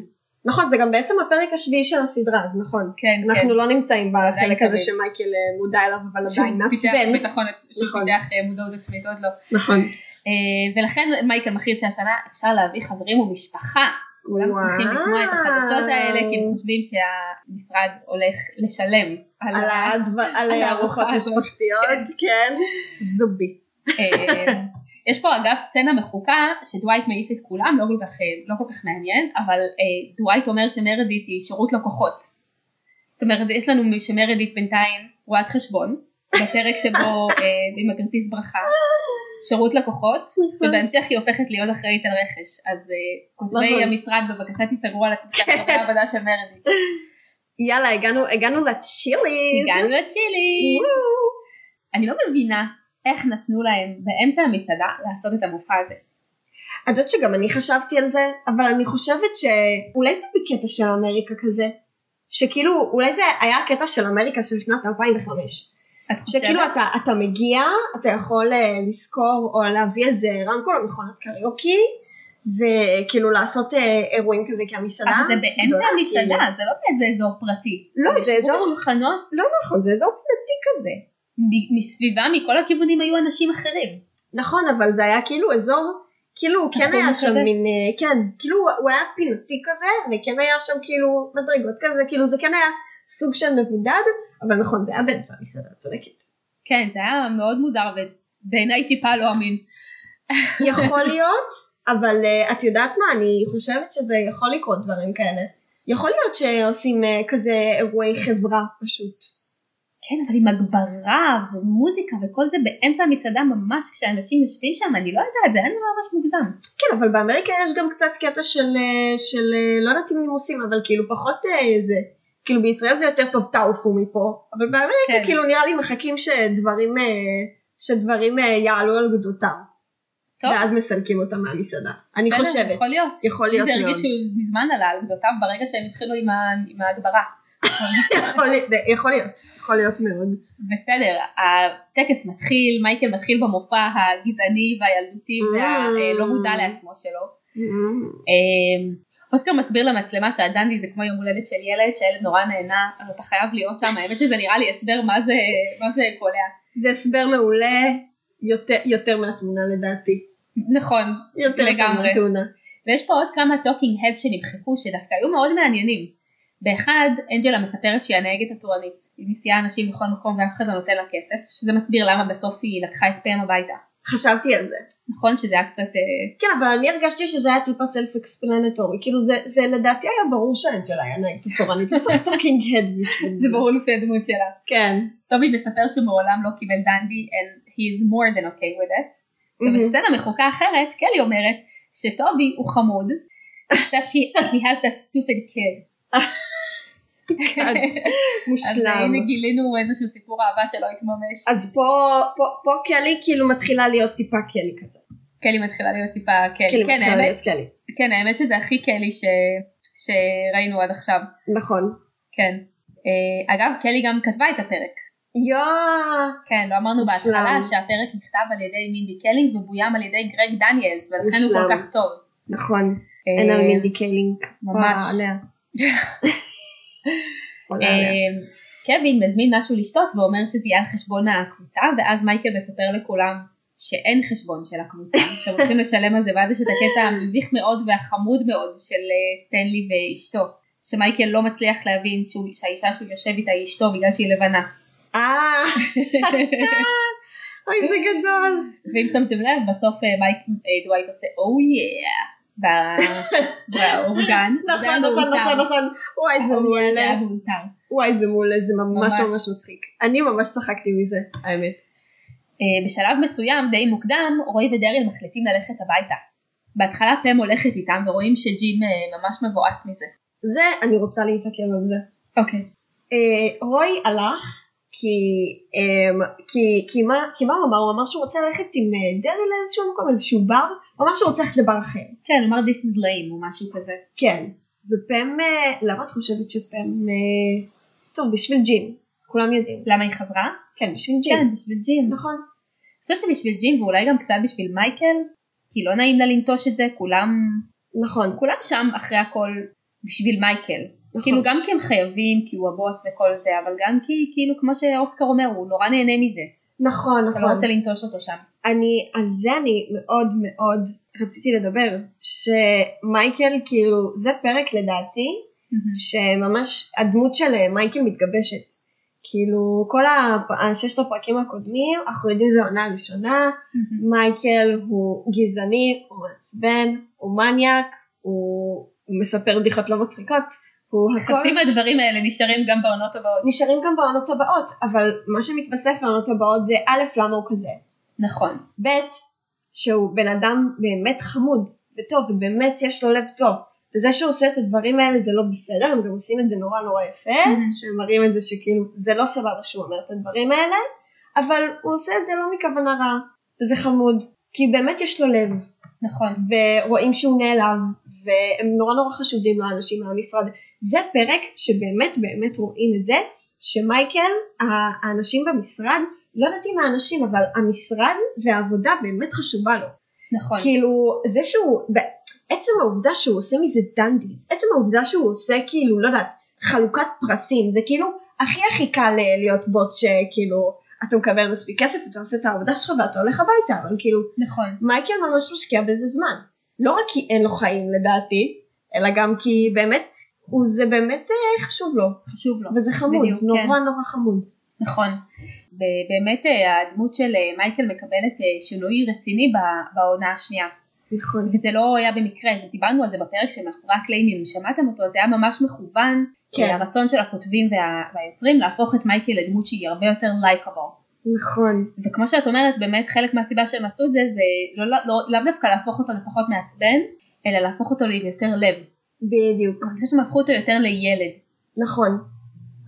נכון, זה גם בעצם הפרק השביעי של הסדרה, אז נכון. כן, כן. אנחנו לא נמצאים בחלק עדיין הזה תמיד. שמייקל אה, מודע אליו, אבל שהוא עדיין פיתח מעצבן. ביטחון עצמי, שהוא נכון. פיתח אה, מודעות עצמית, עוד לא. נכון. אה, ולכן מייקל מכריז שהשנה אפשר להביא חברים ומשפחה. כולם שמחים לשמוע את החדשות האלה, כי הם חושבים שהמשרד הולך לשלם על על ה- הדבר- על על הארוחות הארוחה הזאת. משפחתיות, כן, זובי. אה, יש פה אגב סצנה מחוקה שדווייט מעיף את כולם, לא כל כך, אה, לא כל כך מעניין, אבל אה, דווייט אומר שמרדית היא שירות לקוחות. זאת אומרת, יש לנו מי שמרדית בינתיים רואת חשבון, בפרק שבו אה, עם הכרטיס ברכה, שירות לקוחות, ובהמשך היא הופכת להיות אחראית על רכש. אז אה, כותבי נכון. המשרד בבקשה תיסגרו על עצמכם לגבי העבודה של [laughs] מרדית. יאללה, הגענו- הגענו לצ'יליז. הגענו לצ'ילי. וואו. אני לא מבינה איך נתנו להם באמצע המסעדה לעשות את המופע הזה. את יודעת שגם אני חשבתי על זה, אבל אני חושבת שאולי זה בקטע של אמריקה כזה, שכאילו אולי זה היה הקטע של אמריקה של שנת 2005, את חושבת? שכאילו אתה, אתה מגיע, אתה יכול אה, לזכור או להביא איזה רמקול או מכונת קריוקי, וכאילו לעשות אה, אירועים כזה כי המסעדה... אבל זה באמצע גדולה, כאילו. המסעדה, זה לא באיזה אזור פרטי. לא, זה ישבו אזור- בשולחנות, לא נכון, זה אזור פנתי כזה. מ- מסביבה, מכל הכיוונים היו אנשים אחרים. נכון, אבל זה היה כאילו אזור, כאילו הוא כן נכון, היה שם כזה. מין, אה, כן, כאילו הוא- הוא היה פינתי כזה, וכן היה שם כאילו מדרגות כזה, כאילו זה כן היה סוג של מבודד, אבל נכון, זה היה באמצע המסעדה, את צודקת. כן, זה היה מאוד מוזר ובעיניי טיפה לא אמין. יכול להיות, אבל אה, את יודעת מה, אני חושבת שזה יכול לקרות דברים כאלה. יכול להיות שעושים אה, כזה אירועי חברה פשוט. כן, אבל עם הגברה ומוזיקה וכל זה באמצע המסעדה ממש כשאנשים יושבים שם, אני לא יודעת, זה היה נראה ממש מוגזם. כן, אבל באמריקה יש גם קצת קטע של, אה, של אה, לא יודעת אם נימוסים, אבל כאילו פחות אה, זה, כאילו בישראל זה יותר טוב טאופו מפה, אבל באמריקה כן. כן. כאילו נראה לי מחכים שדברים, אה, שדברים אה, יעלו על גדותם, טוב, ואז מסלקים אותם מהמסעדה, אני בסדר, חושבת, יכול להיות. יכול לי להיות זה מאוד, הרגיש שהוא מזמן עלה על גדותיו ברגע שהם התחילו עם ה- עם ההגברה. יכול להיות, אה, יכול להיות, יכול להיות מאוד, בסדר, הטקס מתחיל, מייקל מתחיל במופע הגזעני והילדותי Mm. Mm. והלא מודע לעצמו שלו. אמ, אוסקר מסביר למצלמה שהדנדי זה כמו יום הולדת של ילד, שהילד נורא נהנה, אז אתה חייב להיות שם, האמת שזה נראה לי הסבר מה זה, מה זה קולע. זה הסבר מעולה יותר, יותר מהתמונה לדעתי. נכון, יותר לגמרי. מהתמונה. ויש פה עוד כמה טוקינג הד שנמחקו שדווקא היו מאוד מעניינים. באחד, אנג'לה מספרת שהיא הנהגת התורנית. היא מסיעה אנשים בכל מקום ואף אחד לא נותן לה כסף, שזה מסביר למה בסוף היא לקחה את פם הביתה. חשבתי על זה. נכון שזה היה קצת... אה, כן, אבל אני הרגשתי שזה היה טיפה סלף אקספלנטורי. כאילו זה, זה לדעתי היה ברור שאנג'לה היה נהגת [laughs] התורנית. לא צריך טוקינג הד בשביל זה ברור לפי הדמות שלה. כן. טובי מספר שמעולם לא קיבל דנדי and he is more than okay with it. ובסצנה מחוקה אחרת, קלי אומרת שטובי הוא חמוד, except he, he has that stupid kid. אז מושלם. הנה גילינו איזשהו סיפור אהבה שלא התממש. אז פה, פה, פה קלי כאילו מתחילה להיות טיפה קלי כזה. קלי מתחילה להיות טיפה קלי קלי. כן, מתחילה האמת, להיות קלי. כן, האמת שזה הכי קלי ש... שראינו עד עכשיו, נכון. כן. אה, אגב, קלי גם כתבה את הפרק. יואו. כן, לא אמרנו מושלם. בהתחלה שהפרק נכתב על ידי מינדי קלינג ובוים על ידי גרג דניאלס, ולכן הוא כל מושלם. כך טוב. נכון. אה, אין על מינדי קיילינג. ממש. [laughs] וואו, עליה. עולה אה, עליה. קווין מזמין משהו לשתות ואומר שזה יהיה על חשבון הקבוצה, ואז מייקל מספר לכולם שאין חשבון של הקבוצה, [laughs] שהם הולכים לשלם על זה, ואז יש את הקטע המביך מאוד והחמוד מאוד של אה, סטנלי ואשתו, שמייקל לא מצליח להבין שהוא, שהאישה שהוא יושב איתה היא אשתו בגלל שהיא [laughs] לבנה. אה, אוי זה גדול. ואם שמתם לב, בסוף אה, מייק אה, דווייט עושה אוו [laughs] יאה באורגן. זה היה נכון, נכון, מאולתר. נכון, נכון. וואי זה "Oh yeah" זה מעולה. היה מאולתר. וואי זה מעולה, זה ממש ממש. ממש מצחיק. אני ממש צחקתי מזה, האמת. אה, בשלב מסוים, די מוקדם, רוי ודריל מחליטים ללכת הביתה. בהתחלה פם הולכת איתם ורואים שג'ים אה, ממש מבואס מזה. זה, אני רוצה להתעכב על זה. אוקיי. אה, רוי הלך כי, אמ, כי, כי, מה, כי מה הוא אמר? הוא אמר שהוא רוצה ללכת עם אה, דרעי לאיזשהו מקום, איזשהו בר, הוא אמר שהוא רוצה ללכת לבר אחר. כן, הוא אמר This is lame או משהו כזה. כן. ופם, אה, למה את חושבת שפם, אה, טוב, בשביל ג'ים, כולם יודעים. למה היא חזרה? כן, בשביל ג'ים. כן, בשביל ג'ים. אני נכון. חושבת שבשביל ג'ים ואולי גם קצת בשביל מייקל, כי לא נעים לה לנטוש את זה, כולם נכון. כולם שם אחרי הכל בשביל מייקל. נכון. כאילו גם כי הם חייבים, כי הוא הבוס וכל זה, אבל גם כי כאילו כמו שאוסקר אומר, הוא נורא נהנה מזה. נכון, אתה לא נכון. רוצה לנטוש אותו שם. אני, על זה אני מאוד מאוד רציתי לדבר, שמייקל, כאילו, זה פרק לדעתי, שממש הדמות של אה, מייקל מתגבשת. כאילו כל הפ- הששת הפרקים הקודמים, אנחנו יודעים זה העונה הראשונה, מייקל הוא גזעני, הוא מעצבן, הוא מניאק, הוא מספר בדיחות לא מצחיקות, הוא חצי הכל. מהדברים האלה נשארים גם בעונות הבאות. נשארים גם בעונות הבאות, אבל מה שמתווסף לעונות הבאות זה א', למה הוא כזה, נכון. ב', שהוא בן אדם באמת חמוד וטוב, ובאמת יש לו לב טוב. וזה שהוא עושה את הדברים האלה זה לא בסדר, הם גם עושים את זה נורא נורא יפה, Mhm. שמראים את זה שכאילו זה לא סבבה שהוא אומר את הדברים האלה, אבל הוא עושה את זה לא מכוונה רעה, וזה חמוד, כי באמת יש לו לב, נכון. ורואים שהוא נעלב, והם נורא נורא חשובים לאנשים מהמשרד. זה פרק שבאמת באמת רואים את זה, שמייקל, ה- האנשים במשרד, לא יודעת אם האנשים, אבל המשרד והעבודה באמת חשובה לו. נכון. כאילו, זה שהוא, עצם העובדה שהוא עושה מזה דנדיז, עצם העובדה שהוא עושה כאילו, לא יודעת, חלוקת פרסים, זה כאילו הכי הכי קל אה, להיות בוס שכאילו, אתה מקבל מספיק כסף, אתה עושה את העבודה שלך ואתה הולך הביתה, אבל כאילו, נכון. מייקל ממש משקיע בזה זמן. לא רק כי אין לו חיים לדעתי, אלא גם כי באמת, הוא, זה באמת אה, חשוב לו. חשוב לו. וזה חמוד, בדיוק, בדיוק, נורא כן. כן. נורא חמוד. נכון. ובאמת אה, הדמות של אה, מייקל מקבלת אה, שינוי רציני ב- בעונה השנייה. נכון. וזה לא היה במקרה, דיברנו על זה בפרק שמאחורי הקלעים, אם שמעתם אותו, זה היה ממש מכוון, כן. כן. הרצון של הכותבים וה, והיוצרים להפוך את מייקל לדמות שהיא הרבה יותר לייקבל. נכון. וכמו שאת אומרת, באמת חלק מהסיבה שהם עשו את זה, זה לאו לא, לא, לאו דווקא להפוך אותו לפחות מעצבן, אלא להפוך אותו ליותר לב. בדיוק. אני חושבת שהם הפכו אותו יותר לילד. נכון.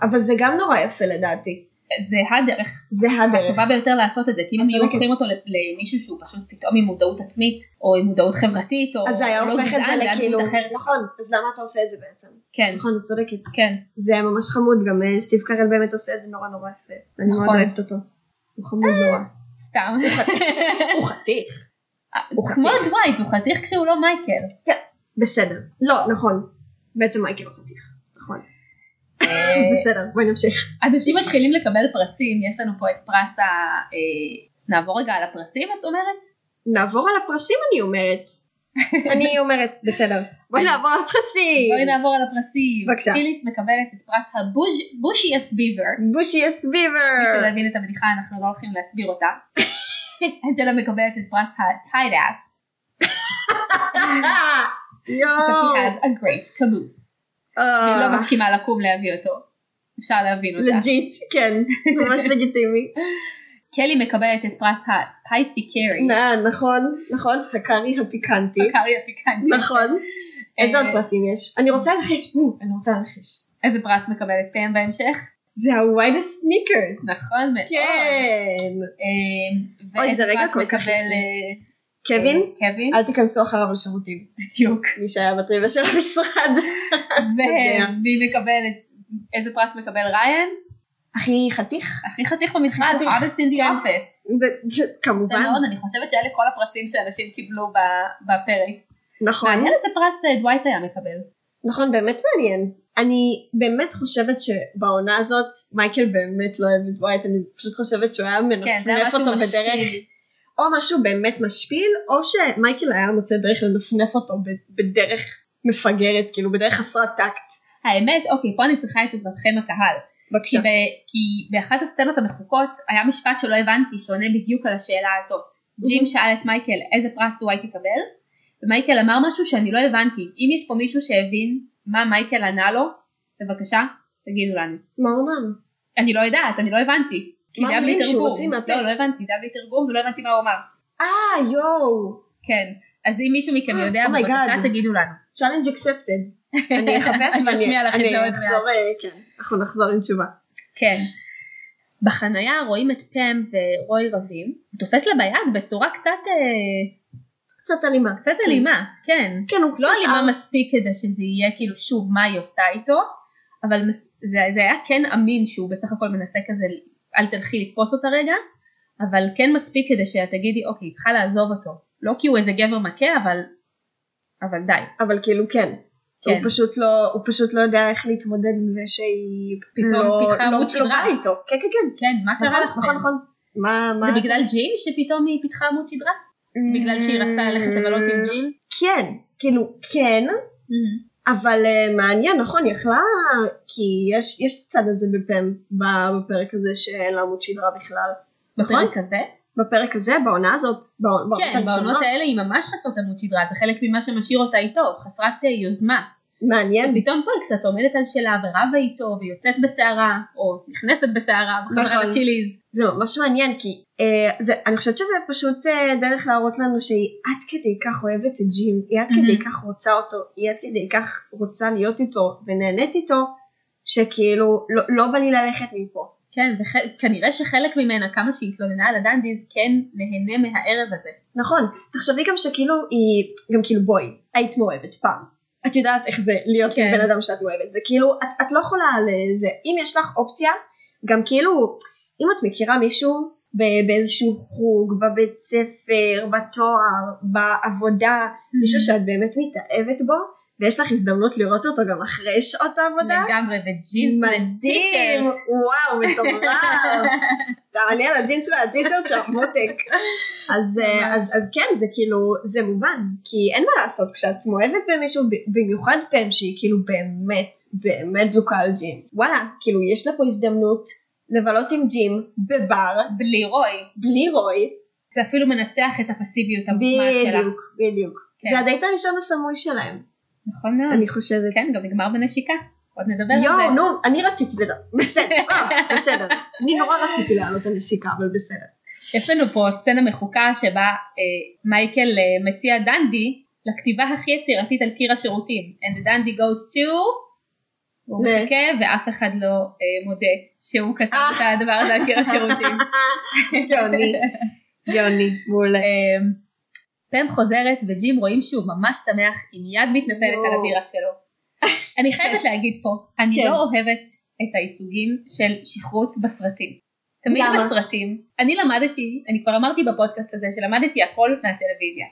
אבל זה גם נורא יפה לדעתי. זה הדרך זה הדרך. הטובה ביותר לעשות את זה, כי אם את הם היו צודקת. הופכים אותו ל- למישהו שהוא פשוט פתאום עם מודעות עצמית, או עם מודעות חברתית, או אז זה היה לא הופך את זה גזען, היה לכאילו, דמות אחרת. נכון, אז למה אתה עושה את זה בעצם? כן, נכון, את צודקת. כן. זה היה ממש חמוד, גם אה, סטיב קרל באמת עושה את זה נורא נורא יפה. אני מאוד נכון. אוהבת אותו. הוא חמוד [laughs] נורא. סתם. אה, הוא חתיך. הוא כמו חתיך. דווייט, הוא חתיך כשהוא לא מייקל. בסדר. לא, נכון. בעצם מייקל הוא חתיך. נכון. בסדר, בואי נמשיך. אה, אנשים מתחילים לקבל פרסים, יש לנו פה את פרס ה... אה, נעבור רגע על הפרסים את אומרת? נעבור על הפרסים אני [laughs] אומרת. אני אומרת, בסדר. בואי אני- נעבור על הפרסים. בואי נעבור על הפרסים. בבקשה. איליס מקבלת את פרס הבושיאסט ביבר. בושי אסט בשביל ביבר. להבין את הבדיחה אנחנו לא הולכים להסביר [laughs] אותה. אנג'לה מקבלת את פרס ה-tied ass. אה. because she has [laughs] יואו. אה, a great caboose. והיא לא מסכימה לקום להביא אותו. אפשר להבין אותה. לג'יט, [laughs] כן. ממש לגיטימי. אוקיי. קלי מקבלת את פרס ה-spicy carry. נא, נכון, נכון. הקארי הפיקנטי. הקרי הפיקנטי. נכון. איזה עוד אה, פרסים יש? אני רוצה לנחש. בום, אני רוצה לנחש. איזה פרס מקבלת פם בהמשך? זה ה-white sneakers. נכון מאוד. כן. אמ, אוי, זה ואיזה רגע פרס כל כך מקבל יפה. אה, קווין, אה, קווין, אל תיכנסו אחריו לשירותים. בדיוק. מי שהיה בטריוויה של המשרד. יודע. ומי מקבלת, איזה פרס מקבל ריין? הכי חתיך. הכי חתיך במשרד, חתיך. hardest in the כן. office. ו- זה כמובן. מאוד, אני חושבת שאלה כל הפרסים שאנשים קיבלו ב- בפרק. נכון. מעניין איזה פרס אה, דווייט היה מקבל. נכון, באמת מעניין. אני באמת חושבת שבעונה הזאת מייקל באמת לא אוהב את דווייט, אני פשוט חושבת שהוא היה כן, זה היה מנפנף משהו אותו בדרך, משפיל. או משהו באמת משפיל, או שמייקל היה מוצא דרך לנפנף אותו ב- בדרך מפגרת, כאילו בדרך חסרת טקט. האמת, אוקיי, פה אני צריכה את עזרכם הקהל. כי, בבקשה. ב, כי באחת הסצנות המחוקות היה משפט שלא הבנתי שעונה בדיוק על השאלה הזאת. ג'ים אוקיי. שאל את מייקל איזה פרס דווייט יקבל, ומייקל אמר משהו שאני לא הבנתי. אם יש פה מישהו שהבין מה מייקל ענה לו, בבקשה, תגידו לנו. מה אומנם? אני לא יודעת, אני לא הבנתי. כי מה זה היה בלי המילים שהוא הוציא תרגום. מהפה? לא, לא הבנתי, זה היה בלי תרגום ולא הבנתי מה הוא אמר. אה, יואו, כן. אז אם מישהו מכם יודע, Oh my בבקשה God. תגידו לנו. challenge [laughs] accepted. אני אחפש אני ואני אשמיע לכם את אני זה עוד מעט. אחזור, אה, כן, אנחנו נחזור עם תשובה. כן. בחנייה רואים את פם ורוי רבים, הוא תופס לה ביד בצורה קצת, אה, קצת אלימה. קצת אלימה, כן. כן, הוא קצת לא אלימה ארס. מספיק כדי שזה יהיה כאילו שוב מה היא עושה איתו, אבל מס- זה, זה היה כן אמין שהוא בסך הכל מנסה כזה אל תלכי לתפוס אותה רגע, אבל כן מספיק כדי שאת תגידי אוקיי היא צריכה לעזוב אותו, לא כי הוא איזה גבר מכה אבל, אבל די, אבל כאילו כן. כן. כן. הוא, פשוט לא, הוא פשוט לא יודע איך להתמודד עם זה שהיא פתאום לא, פיתחה לא, עמוד לא שדרה. באה איתו. כן, כן, כן. כן מה קרה נכון, לך? נכון, פן? נכון. מה, מה? אה, זה בגלל ג'ים שפתאום היא פיתחה עמוד שדרה? Mm. בגלל שהיא רצתה ללכת לבלות עם ג'ים? כן, כאילו, כן, אבל אה, מעניין, נכון, היא יכלה, כי יש, יש את הצד הזה בפם, ב- בפרק הזה שאין לה עמוד שדרה בכלל. בפרק הזה? בפרק הזה, בעונה הזאת, בעונ- בעונות כן, בעונות הראשונות. האלה היא ממש חסרת עמוד שדרה, זה חלק ממה שמשאיר אותה איתו, חסרת אה, יוזמה. מעניין, פתאום פה היא קצת עומדת על שלה ורבה איתו ויוצאת בסערה, או נכנסת בסערה, בחברת נכון. הצ'יליז. זה ממש מעניין, כי אה, זה, אני חושבת שזה פשוט אה, דרך להראות לנו שהיא עד כדי כך אוהבת את ג'ים, היא עד כדי כך רוצה אותו, היא עד כדי כך רוצה להיות איתו ונהנית איתו, שכאילו לא, לא בא לי ללכת מפה. כן, וכנראה שחלק ממנה, כמה שהיא התלוננה על הדנדיז, כן נהנה מהערב הזה. נכון, תחשבי גם שכאילו היא, גם כאילו בואי, היית מאוהבת פעם. את יודעת איך זה להיות כן. כן. בן אדם שאת מאוהבת, זה כאילו, את, את לא יכולה על אה, זה, אם יש לך אופציה, גם כאילו, אם את מכירה מישהו ב- באיזשהו חוג, בבית ספר, בתואר, בעבודה, Mm. מישהו שאת באמת מתאהבת בו, ויש לך הזדמנות לראות אותו גם אחרי שעות העבודה. לגמרי, וג'ינס מדהים, וטישרט. [laughs] וואו, מטורף. תעני על הג'ינס והטישרט של המותק. [laughs] אז, אה, ממש. אז, אז כן, זה כאילו, זה מובן, כי אין מה לעשות, כשאת מאוהבת במישהו, ב- במיוחד פם שהיא כאילו באמת, באמת זוכה על ג'ים. וואלה, כאילו, יש לה פה הזדמנות לבלות עם ג'ים בבר, בלי רוי. בלי רוי, זה אפילו מנצח את הפסיביות המוחמד שלה. בדיוק, בדיוק. כן. זה הדייט הראשון הסמוי שלהם, נכון מאוד. אני חושבת. כן, גם נגמר בנשיקה. עוד נדבר על זה. יואו, נו, אני רציתי לדעת, בסדר, אה, בסדר. אני נורא רציתי לעלות על נשיקה, אבל בסדר. יש לנו פה סצנה מחוקה שבה אה, מייקל אה, מציע דנדי לכתיבה הכי יצירתית על קיר השירותים. And the dandy goes to... והוא ו- מחכה ואף אחד לא אה, מודה שהוא כתב אה. את הדבר הזה על קיר השירותים. גאוני, גאוני, מעולה. אה, פם חוזרת וג'ים רואים שהוא ממש שמח עם יד מתנפלת יואו. על הבירה שלו. אני חייבת להגיד פה, אני כן. לא אוהבת את הייצוגים של שכרות בסרטים. תמיד למה? בסרטים, אני למדתי, אני כבר אמרתי בפודקאסט הזה שלמדתי הכל מהטלוויזיה.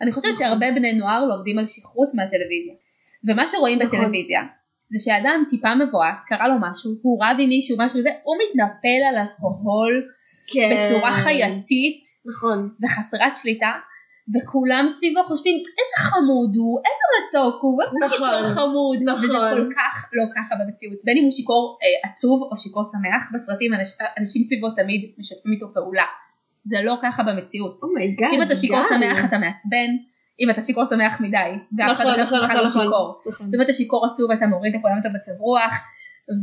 אני חושבת נכון. שהרבה בני נוער לומדים על שכרות מהטלוויזיה. ומה שרואים נכון. בטלוויזיה, זה שאדם טיפה מבואס, קרה לו משהו, הוא רב עם מישהו, משהו זה, הוא מתנפל על אלכוהול כן. בצורה חייתית נכון. וחסרת שליטה, וכולם סביבו חושבים, איזה חמוד הוא, איזה מתוק הוא, איך הוא נכון. שיכור חמוד, וזה נכון. כל כך לא ככה במציאות. בין אם הוא שיכור אה, עצוב או שיכור שמח, בסרטים אנש, אנשים סביבו תמיד משתפים איתו פעולה. זה לא ככה במציאות. אומייגאד. אם אתה שיכור שמח אתה מעצבן, אם אתה שיכור שמח מדי, ואף אחד נכון, אחר נכון, שלך נכון, לא נכון. שיכור. ואם אתה שיכור עצוב אתה מוריד לכולם את המצב רוח,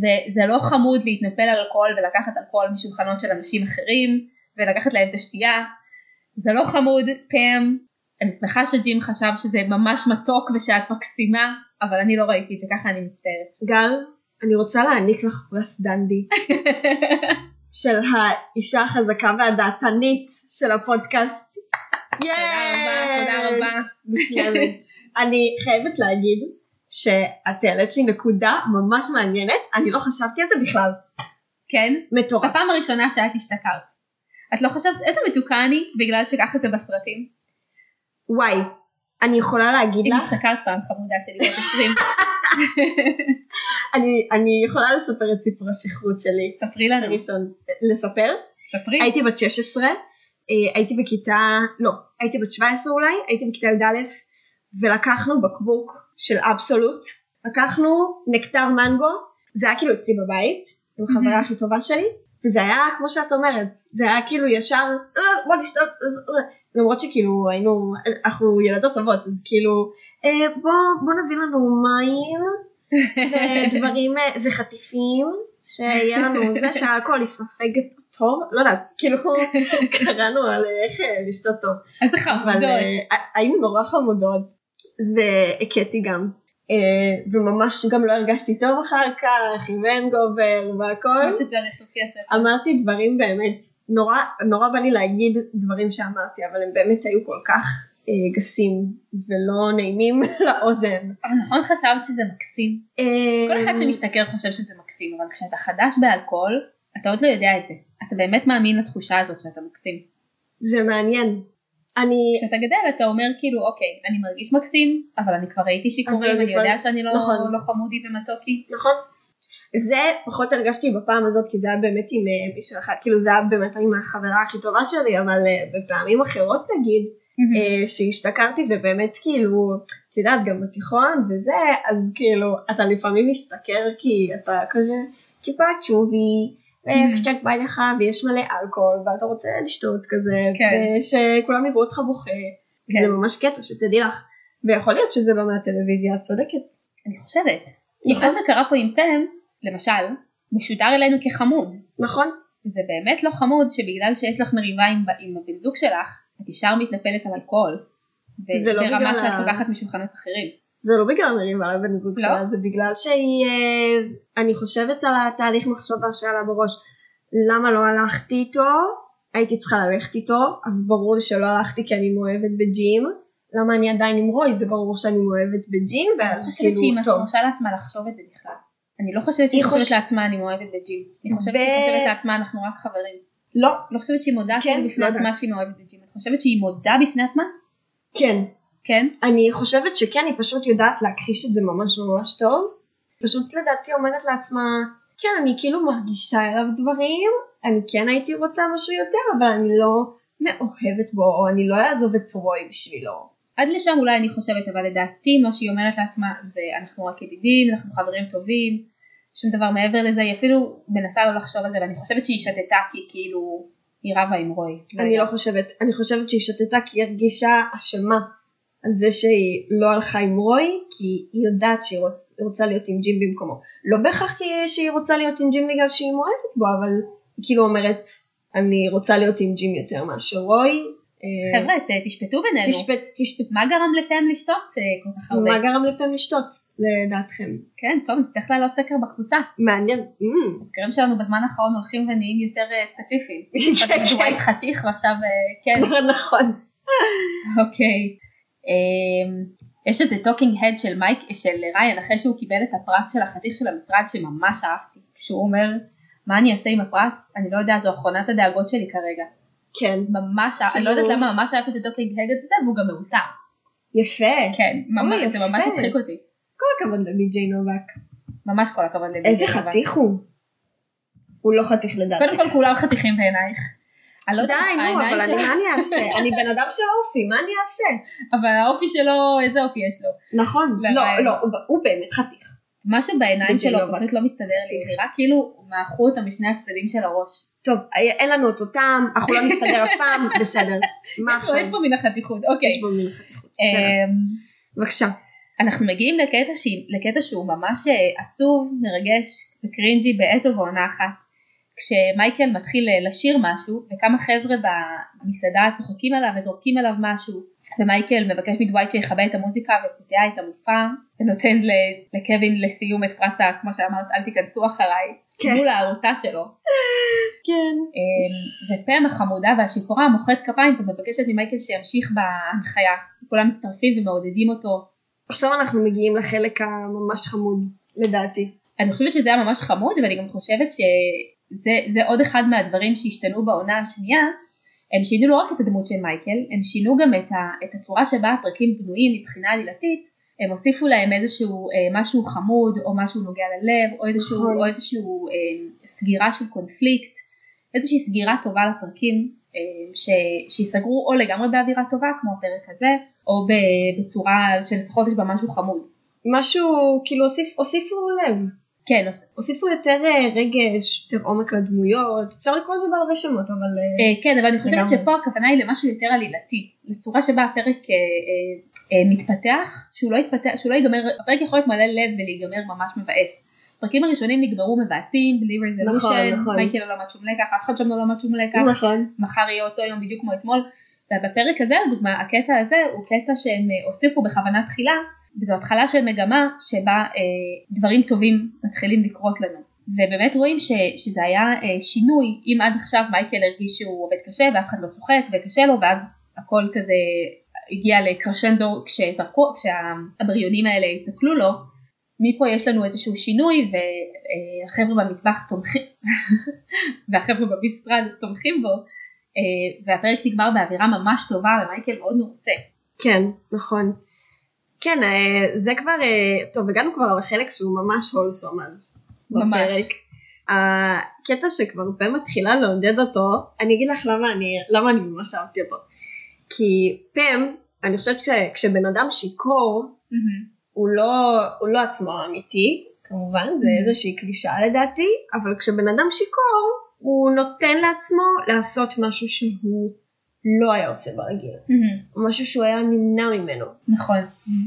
וזה לא חמוד להתנפל על אלכוהול ולקחת אלכוהול משולחנות של אנשים אחרים, ולקחת להם את השתייה. זה לא חמוד, פאם. אני שמחה שג'ים חשב שזה ממש מתוק ושאת מקסימה, אבל אני לא ראיתי את זה, ככה אני מצטערת. [laughs] גל, אני רוצה להעניק לך פרס דנדי. של האישה החזקה והדעתנית של הפודקאסט. רבה, תודה יש! רבה. [laughs] מושלמת. אני חייבת להגיד שאת העלית לי נקודה ממש מעניינת, אני לא חשבתי על זה בכלל. כן? מטורף. בפעם הראשונה שאת השתכרת. את לא חשבת, איזה מתוקה אני, בגלל שככה זה בסרטים. וואי, אני יכולה להגיד אם לך, השתכרת פעם חמודה שלי בת 20, אני, אני יכולה לספר את סיפור השכרות שלי. [laughs] ספרי לנו, הראשון, לספר? ספרי. הייתי בת 16, אה, הייתי בכיתה, לא, הייתי בת 17 אולי, הייתי בכיתה י"א, ולקחנו בקבוק של אבסולוט, לקחנו נקטר מנגו, זה היה כאילו אצלי בבית, עם החברה מהמם. הכי טובה שלי, וזה היה כמו שאת אומרת, זה היה כאילו ישר, "אה, בוא נשתות, אז, אה." למרות שכאילו היינו, אנחנו ילדות טובות, אז כאילו, "אה, בוא, בוא נביא לנו מים, [laughs] ודברים אה, וחטיפים שיהיה לנו זה שהאלכוהול יספג את אותו, לא יודעת, [laughs] כאילו קראנו על איך אה, לשתות טוב, [laughs] איזה אבל חמודות. אה, היינו נורא חמודות והכיתי גם, אה, וממש גם לא הרגשתי טוב אחר כך עם ונגובר והכל, כמו שצריך לפי הספר. אמרתי דברים באמת, נורא, נורא בא לי להגיד דברים שאמרתי, אבל הם באמת היו כל כך אה, גסים ולא נעימים [laughs] לאוזן. אמ, אבל נכון חשבת שזה מקסים? כל אחד Mm. שמשתכר חושב שזה מקסים, אבל כשאתה חדש באלכוהול, אתה עוד לא יודע את זה. אתה באמת מאמין לתחושה הזאת שאתה מקסים. זה מעניין. אני, כשאתה גדל אתה אומר כאילו, אוקיי, אני מרגיש מקסים, אבל אני כבר הייתי שיכורים, אבל אני אני יודע כבר- שאני לא נכון. לא חמודי ומתוקי. נכון. זה פחות הרגשתי בפעם הזאת, כי זה היה באמת עם אה, מישהו אחד, כאילו זה היה באמת עם החברה הכי טובה שלי, אבל אה, בפעמים אחרות נגיד, Mm. אה, שהשתכרתי ובאמת כאילו, את יודעת, גם בתיכון וזה, אז כאילו, אתה לפעמים משתכר כי אתה כזה אה, טיפה צ'ובי, Mhm. וקצת בא לך ויש מלא אלכוהול, ואתה רוצה לשתות כזה, כן. ושכולם יראו אותך בוכה, כן. זה ממש קטע שתדעי לך, ויכול להיות שזה בא מהטלוויזיה, את צודקת. אני חושבת. כי נכון. מה שקרה פה עם פם, למשל, משודר אלינו כחמוד. נכון? זה באמת לא חמוד שבגלל שיש לך מריבה עם, ב- עם הבן זוג שלך, את ישר מתנפלת על אלכוהול. ו- זה לא ברמה בגלל שאת ה- לוקחת משולחנות אחרים. זה לא בגלל מריבה על הבן זוג לא? שלה, זה בגלל שהיא, אה, אני חושבת על התהליך מחשבה שהיה לה בראש. למה לא הלכתי איתו? הייתי צריכה ללכת איתו, אבל ברור לי שלא הלכתי כי אני מאוהבת בג'ים. למה אני עדיין עם רוי? זה ברור שאני מאוהבת בג'ים, אני ואז חושבת שהיא כאילו, טוב. מרשה לעצמה לחשוב את זה בכלל. אני לא חושבת שהיא היא חושבת חוש- לעצמה אני מאוהבת בג'ים. אני חושבת ב- שהיא חושבת לעצמה אנחנו רק חברים. לא, לא חושבת שהיא מודה כן, כאילו בפני לא עצמה שהיא מאוהבת בג'ים. את חושבת שהיא מודה בפני עצמה? כן. כן. אני חושבת שכן, היא פשוט יודעת להכחיש את זה ממש ממש טוב. פשוט לדעתי אומרת לעצמה, כן, אני כאילו מרגישה אליו דברים, אני כן הייתי רוצה משהו יותר, אבל אני לא מאוהבת בו, או אני לא אעזוב את רוי בשבילו. עד לשם אולי אני חושבת, אבל לדעתי מה שהיא אומרת לעצמה זה אנחנו רק ידידים, אנחנו חברים טובים, שום דבר מעבר לזה, היא אפילו מנסה לא לחשוב על זה, ואני חושבת שהיא שתתה כי כאילו היא רבה עם רוי. אני לא חושבת, אני חושבת שהיא שתתה כי היא הרגישה אשמה על זה שהיא לא הלכה עם רוי, כי היא יודעת שהיא רוצ, רוצה להיות עם ג'ים במקומו. לא בהכרח כי- שהיא רוצה להיות עם ג'ים בגלל שהיא מאוהבת בו, אבל היא כאילו אומרת, אני רוצה להיות עם ג'ים יותר מאשר רוי. אה, חבר'ה, ת- תשפטו בינינו. תשפט, תשפט. מה גרם לפם לשתות אה, כל כך הרבה? מה גרם לפעמים לשתות, לדעתכם? כן, טוב, נצטרך להעלות סקר בקבוצה. מעניין. אמ, הסקרים שלנו בזמן האחרון הולכים ונהיים יותר אה, ספציפיים. [laughs] כן, קודם דווייט חתיך ועכשיו אה, כן, [laughs] כן. [laughs] נכון. אוקיי. אמ, יש את הטוקינג הד של מייק, אה, של ריין, אחרי שהוא קיבל את הפרס של החתיך של המשרד שממש אהבתי. כשהוא אומר, מה אני אעשה עם הפרס? אני לא יודע, זו אחרונת הדאגות שלי כרגע. אה, כן. כאילו- ממש, אהב- אני לא יודעת למה ממש אהבתי את הטוקינג הד הזה, והוא גם מאוסר. יפה. כן, ממש, אוי, זה יפה. ממש הצחיק אותי. כל הכבוד לבי.ג'יי נובק. ממש כל הכבוד לדידי. איזה חתיך הוא. הוא לא חתיך לדעתי. קודם כל כולם חתיכים בעינייך. אני לא די, יודעת, נו, העיניים אבל אני, שלו- מה אני [laughs] אעשה? אני בן אדם של אופי, מה אני אעשה? אבל האופי שלו, איזה אופי יש לו. נכון. לרעיון. לא, לא, הוא- הוא באמת חתיך. משהו בעיניים בדיוק, שלו אבל- פשוט לא מסתדר לי, נראה כאילו מעכו אותה משני הצדדים של הראש. טוב, אה, אין לנו את אותם, אנחנו לא נסתדר אף [laughs] פעם, בסדר. מה יש עכשיו? פה- יש פה מן החתיכות, אוקיי. יש פה מין חתיכות. בסדר. אמ, בבקשה. אנחנו מגיעים לקטע, שהיא- לקטע שהוא ממש אה, עצוב, מרגש וקרינג'י בעת ובעונה אחת. כשמייקל מתחיל אה, לשיר משהו, וכמה חבר'ה במסעדה צוחקים עליו וזורקים עליו משהו, ומייקל מבקש מדווייט שיכבה את המוזיקה ופותח את המופע, ונותן ל- לקווין לסיום את פרס ה... כמו שאמרת, אל תיכנסו אחריי, כן. מול הארוסה שלו. כן. אמ, ופם החמודה והשיכורה מוחאת כפיים ומבקשת ממייקל שימשיך בהנחיה. כולם מצטרפים ומעודדים אותו. עכשיו אנחנו מגיעים לחלק הממש חמוד, לדעתי. אני חושבת שזה היה ממש חמוד, ואני גם חושבת שזה זה עוד אחד מהדברים שהשתנו בעונה השנייה. הם שינו לא רק את הדמות של מייקל, הם שינו גם את, ה, את הצורה שבה הפרקים בנויים מבחינה עלילתית. הם הוסיפו להם איזשהו אה, משהו חמוד, או משהו נוגע ללב, או איזשהו, נכון. או איזשהו אה, סגירה של קונפליקט, איזושהי סגירה טובה לפרקים, אה, ש, שיסגרו או לגמרי באווירה טובה, כמו הפרק הזה, או ב- בצורה שלפחות יש בה משהו חמוד. משהו, כאילו הוסיפ, הוסיפו לב. כן, הוס- הוסיפו יותר אה, רגש, יותר עומק לדמויות, אפשר לקרוא לזה בהרבה שמות, אבל... אה, אה, כן, אבל אני חושבת לגמרי. שפה הכוונה היא למשהו יותר עלילתי, לצורה שבה הפרק אה, אה, אה, מתפתח, שהוא לא יתפתח, שהוא לא ייגמר, הפרק יכול להיות מלא לב ולהיגמר ממש מבאס. הפרקים הראשונים נגמרו מבאסים, בלי רזולושן, נכון. מייקל לא למד שום לקח, אף אחד שם לא למד שום לקח, נכון. מחר יהיה אותו יום בדיוק כמו אתמול, ובפרק הזה לדוגמה, הקטע הזה הוא קטע שהם אה, הוסיפו בכוונה תחילה, וזו התחלה של מגמה שבה אה, דברים טובים מתחילים לקרות לנו. ובאמת רואים ש, שזה היה אה, שינוי, אם עד עכשיו מייקל הרגיש שהוא עובד קשה ואף אחד לא צוחק וקשה לו, ואז הכל כזה הגיע לקרשנדו כשזרקו, כשהבריונים האלה התנכלו לו, מפה יש לנו איזשהו שינוי והחבר'ה במטבח תומכים, [laughs] והחבר'ה במשרד תומכים בו, אה, והפרק נגמר באווירה ממש טובה ומייקל מאוד מרוצה. כן, נכון. כן, אה, זה כבר, אה, טוב, הגענו כבר לחלק שהוא ממש הולסום אז. ממש. בפרק. הקטע שכבר פה מתחילה לעודד אותו, אני אגיד לך למה אני, למה אני ממש אהבתי אותו. כי פם, אני חושבת שכשבן אדם שיכור, הוא לא, הוא לא עצמו האמיתי, כמובן, זה איזושהי קלישאה לדעתי, אבל כשבן אדם שיכור, הוא נותן לעצמו לעשות משהו שהוא לא היה עושה ברגיל, משהו שהוא היה נמנע ממנו. נכון.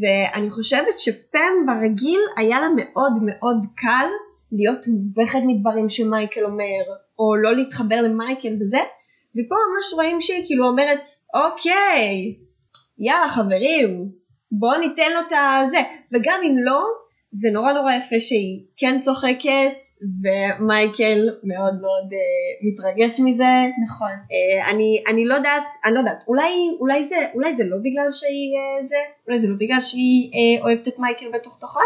ואני חושבת שפם ברגיל היה לה מאוד מאוד קל להיות מובכת מדברים שמייקל אומר, או לא להתחבר למייקל וזה, ופה ממש רואים שהיא כאילו אומרת, אוקיי, יאללה חברים, בואו ניתן לו את הזה, וגם אם לא, זה נורא נורא יפה שהיא כן צוחקת, ומייקל מאוד מאוד אה, מתרגש מזה, נכון. אה, אני, אני לא יודעת, אני לא יודעת, אולי, אולי, זה, אולי זה לא בגלל שהיא אה, זה, אולי זה לא בגלל שהיא אה, אוהבת את מייקל בתוך תוכה,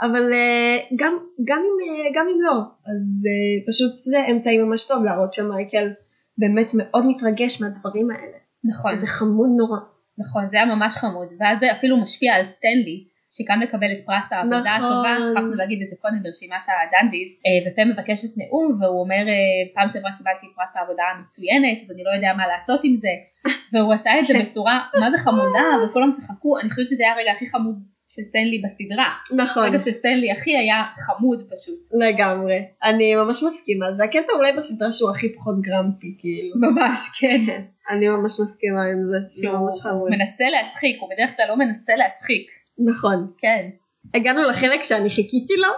אבל אה, גם, גם, אם, אה, גם אם לא, אז אה, פשוט זה אמצעי ממש טוב להראות שמייקל באמת מאוד מתרגש מהדברים האלה, נכון. זה חמוד נורא. נכון, זה היה ממש חמוד, ואז זה אפילו משפיע על סטנלי, שגם מקבל את פרס העבודה נכון. הטובה, שכחנו להגיד את זה קודם ברשימת הדנדיז, אה, ופה מבקשת נאום, והוא אומר, אה, פעם שעברה קיבלתי את פרס העבודה המצוינת, אז אני לא יודע מה לעשות עם [laughs] זה, והוא עשה כן. את זה בצורה, מה זה חמודה, וכולם צחקו, אני חושבת שזה היה הרגע הכי חמוד של סטנלי בסדרה, נכון, הרגע של סטנלי הכי היה חמוד פשוט, לגמרי, אני ממש מסכימה, זה הקטע אולי בסדרה שהוא הכי פחות גרמפי, [laughs] כאילו. ממש, כן. אני ממש מסכימה עם זה, זה שהוא ממש חמוד. מנסה להצחיק, הוא בדרך כלל לא מנסה להצחיק, נכון. כן. הגענו לחלק שאני חיכיתי לו,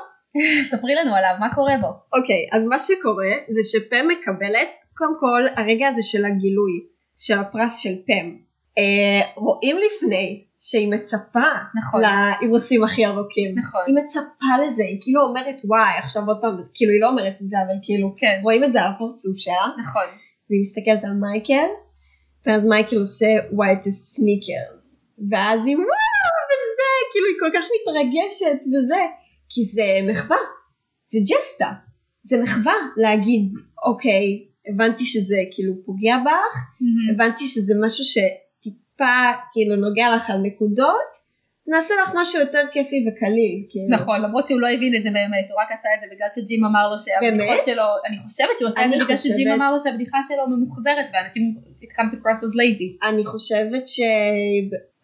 ספרי לנו עליו, מה קורה בו? אוקיי, אז מה שקורה זה שפם מקבלת, קודם כל, הרגע הזה של הגילוי, של הפרס של פם. אה, רואים לפני שהיא מצפה נכון. לאירוסים הכי ארוכים. נכון. היא מצפה לזה, היא כאילו אומרת וואי, עכשיו עוד פעם, כאילו היא לא אומרת את זה, אבל כאילו, כן, רואים את זה על הפרצוף שלה, נכון. והיא מסתכלת על מייקל, ואז מייקל עושה white sneaker, ואז היא וואו, וזה, כאילו היא כל כך מתרגשת וזה, כי זה מחווה, זה ג'סטה, זה מחווה להגיד, אוקיי, הבנתי שזה כאילו פוגע בך, הבנתי שזה משהו טיפה כאילו נוגע לך על נקודות, נעשה לך משהו יותר כיפי וקליל. כאילו. נכון, למרות שהוא לא הבין את זה באמת, הוא רק עשה את זה בגלל שג'ים אמר לו שהבדיחות באמת? שלו, אני חושבת שהוא עשה את אני זה בגלל שג'ים חושבת. אמר לו שהבדיחה שלו ממוחזרת, ואנשים, it comes across as lazy. אני חושבת ש...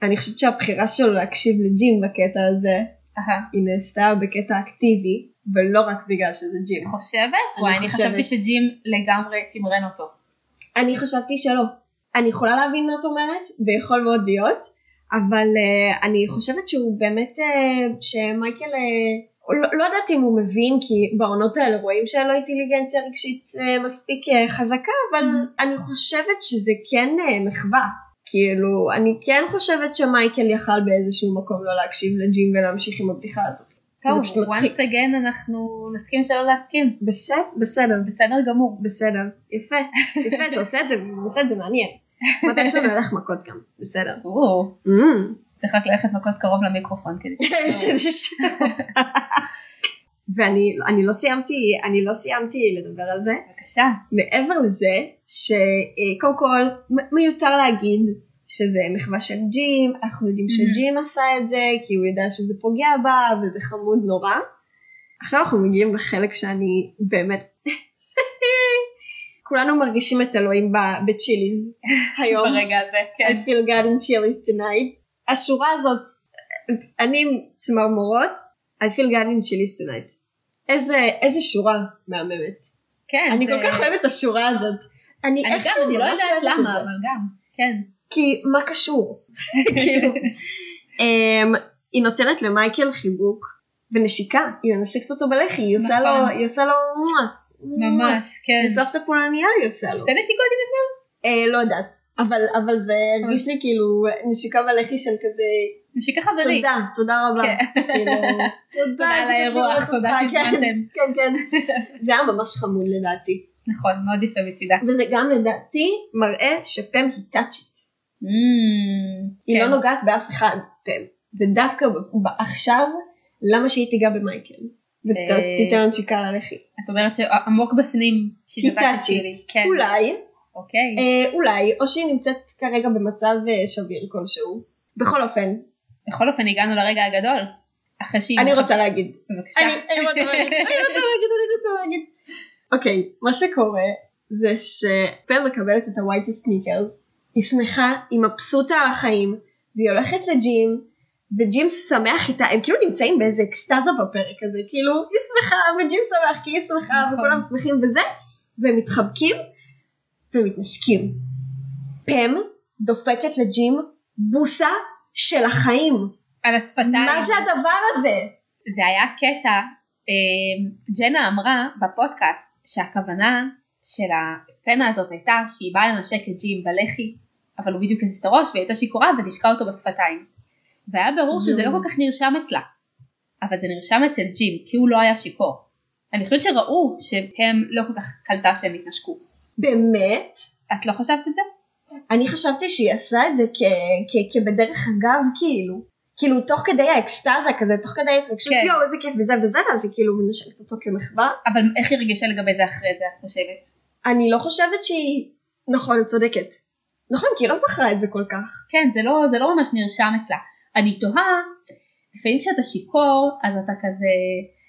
אני חושבת שהבחירה שלו להקשיב לג'ים בקטע הזה, אהה. היא נעשתה בקטע אקטיבי, ולא רק בגלל שזה ג'ים. חושבת? אני וואי, אני חושבת. חשבתי שג'ים לגמרי תמרן אותו. אני חשבתי שלא. אני יכולה להבין מה את אומרת, ויכול מאוד להיות, אבל uh, אני חושבת שהוא באמת, uh, שמייקל, uh, לא, לא יודעת אם הוא מבין, כי בעונות האלה רואים שאין לו אינטליגנציה רגשית uh, מספיק uh, חזקה, אבל Mm. אני חושבת שזה כן uh, מחווה. כאילו, אני כן חושבת שמייקל יכל באיזשהו מקום לא להקשיב לג'ים ולהמשיך עם הבדיחה הזאת. טוב, פשוט מצחיק. once again אנחנו נסכים שלא להסכים. בסדר, בסדר, בסדר גמור. בסדר, יפה, יפה, זה עושה את זה, עושה את זה מעניין. מתי שאני הולך מכות גם, בסדר. או, [laughs] Mm. צריך רק ללכת מכות קרוב למיקרופון כדי ש... ואני אני לא סיימתי, אני לא סיימתי לדבר על זה. בבקשה. מעבר לזה, שקודם כל מ- מיותר להגיד שזה מחווה של ג'ים, אנחנו יודעים שג'ים עשה את זה, כי הוא ידע שזה פוגע בה, וזה חמוד נורא. עכשיו אנחנו מגיעים לחלק שאני באמת... [laughs] כולנו מרגישים את אלוהים ב- בצ'יליז היום. ברגע הזה, I כן. feel God in chilies tonight. השורה הזאת, אני עם צמרמורות, I feel God in chilies tonight. איזה, איזה שורה מהממת. כן, אני זה- כל כך אוהבת את השורה הזאת. אני אני גם, איכשהו אני לא ממש יודעת אוהבת את למה, זה. אבל גם, כן. כי מה [laughs] קשור? כאילו, אמ, היא נותנת למייקל חיבוק ונשיקה, היא מנשקת אותו בלחי, היא עושה נכון. לו, היא עושה לו, מואה, מואה. ממש, כן. שסוף את הפולניה היא עושה לו. שתי נשיקות היא נתנה? אה, לא יודעת, אבל אבל זה הרגיש לי כאילו נשיקה בלחי של כזה נשיקה חברית. תודה, תודה רבה. כן. [laughs] כאילו, תודה על איזה כיף האירוח, לראות תודה אותך. שהזמנתם. כן, כן. כן. זה היה ממש חמוד לדעתי. נכון, מאוד יפה מצידה. וזה גם לדעתי מראה שפם היא טאצ'ית. Mm, היא כן. לא נוגעת באף אחד, פם. ודווקא ב- ב- עכשיו, למה שהיא תיגע במייקל? אה, ותיתן נשיקה על הלחי. את אומרת שעמוק בפנים, היא שיטת שלי. טאצ'ית. כן. אולי, אוקיי. אה, אולי, או שהיא נמצאת כרגע במצב אה, שביר כלשהו. בכל אופן, בכל אופן הגענו לרגע הגדול. אחרי שהיא... אני רוצה להגיד בבקשה. אני אני רוצה להגיד, אני רוצה להגיד, אני רוצה להגיד. אוקיי, מה שקורה זה שפם מקבלת את הווייט סניקרס, היא שמחה, היא מבסוטה על החיים, והיא הולכת לג'ים, וג'ים שמח איתה, הם כאילו נמצאים באיזה אקסטזה בפרק הזה, כאילו, היא שמחה, וג'ים שמח כי היא שמחה, נכון. וכולם שמחים וזה, והם מתחבקים, ומתנשקים. פם דופקת לג'ים בוסה של החיים. על השפתיים. מה זה הדבר הזה? זה היה קטע, אמ, ג'נה אמרה בפודקאסט שהכוונה של הסצנה הזאת הייתה שהיא באה לנשק את ג'ים בלחי, אבל הוא בדיוק הזיז את הראש והיא הייתה שיכורה ונשקה אותו בשפתיים. והיה ברור שזה לא כל כך נרשם אצלה, אבל זה נרשם אצל ג'ים, כי הוא לא היה שיכור. אני חושבת שראו שהם לא כל כך קלטה שהם התנשקו. באמת? את לא חשבת את זה? אני חשבתי שהיא עשה את זה כ- כ- כבדרך אגב, כאילו. כאילו, תוך כדי האקסטזה כזה, תוך כדי ההתרגשות, כן. יואו, איזה כיף וזה וזה, ואז היא כאילו מנשקת אותו כמחווה. אבל איך היא הרגישה לגבי זה אחרי זה, את חושבת? אני לא חושבת שהיא... נכון, את צודקת. נכון, כי היא לא זכרה את זה כל כך. כן, זה לא, זה לא ממש נרשם אצלה. אני תוהה, לפעמים כשאתה שיכור, אז אתה כזה,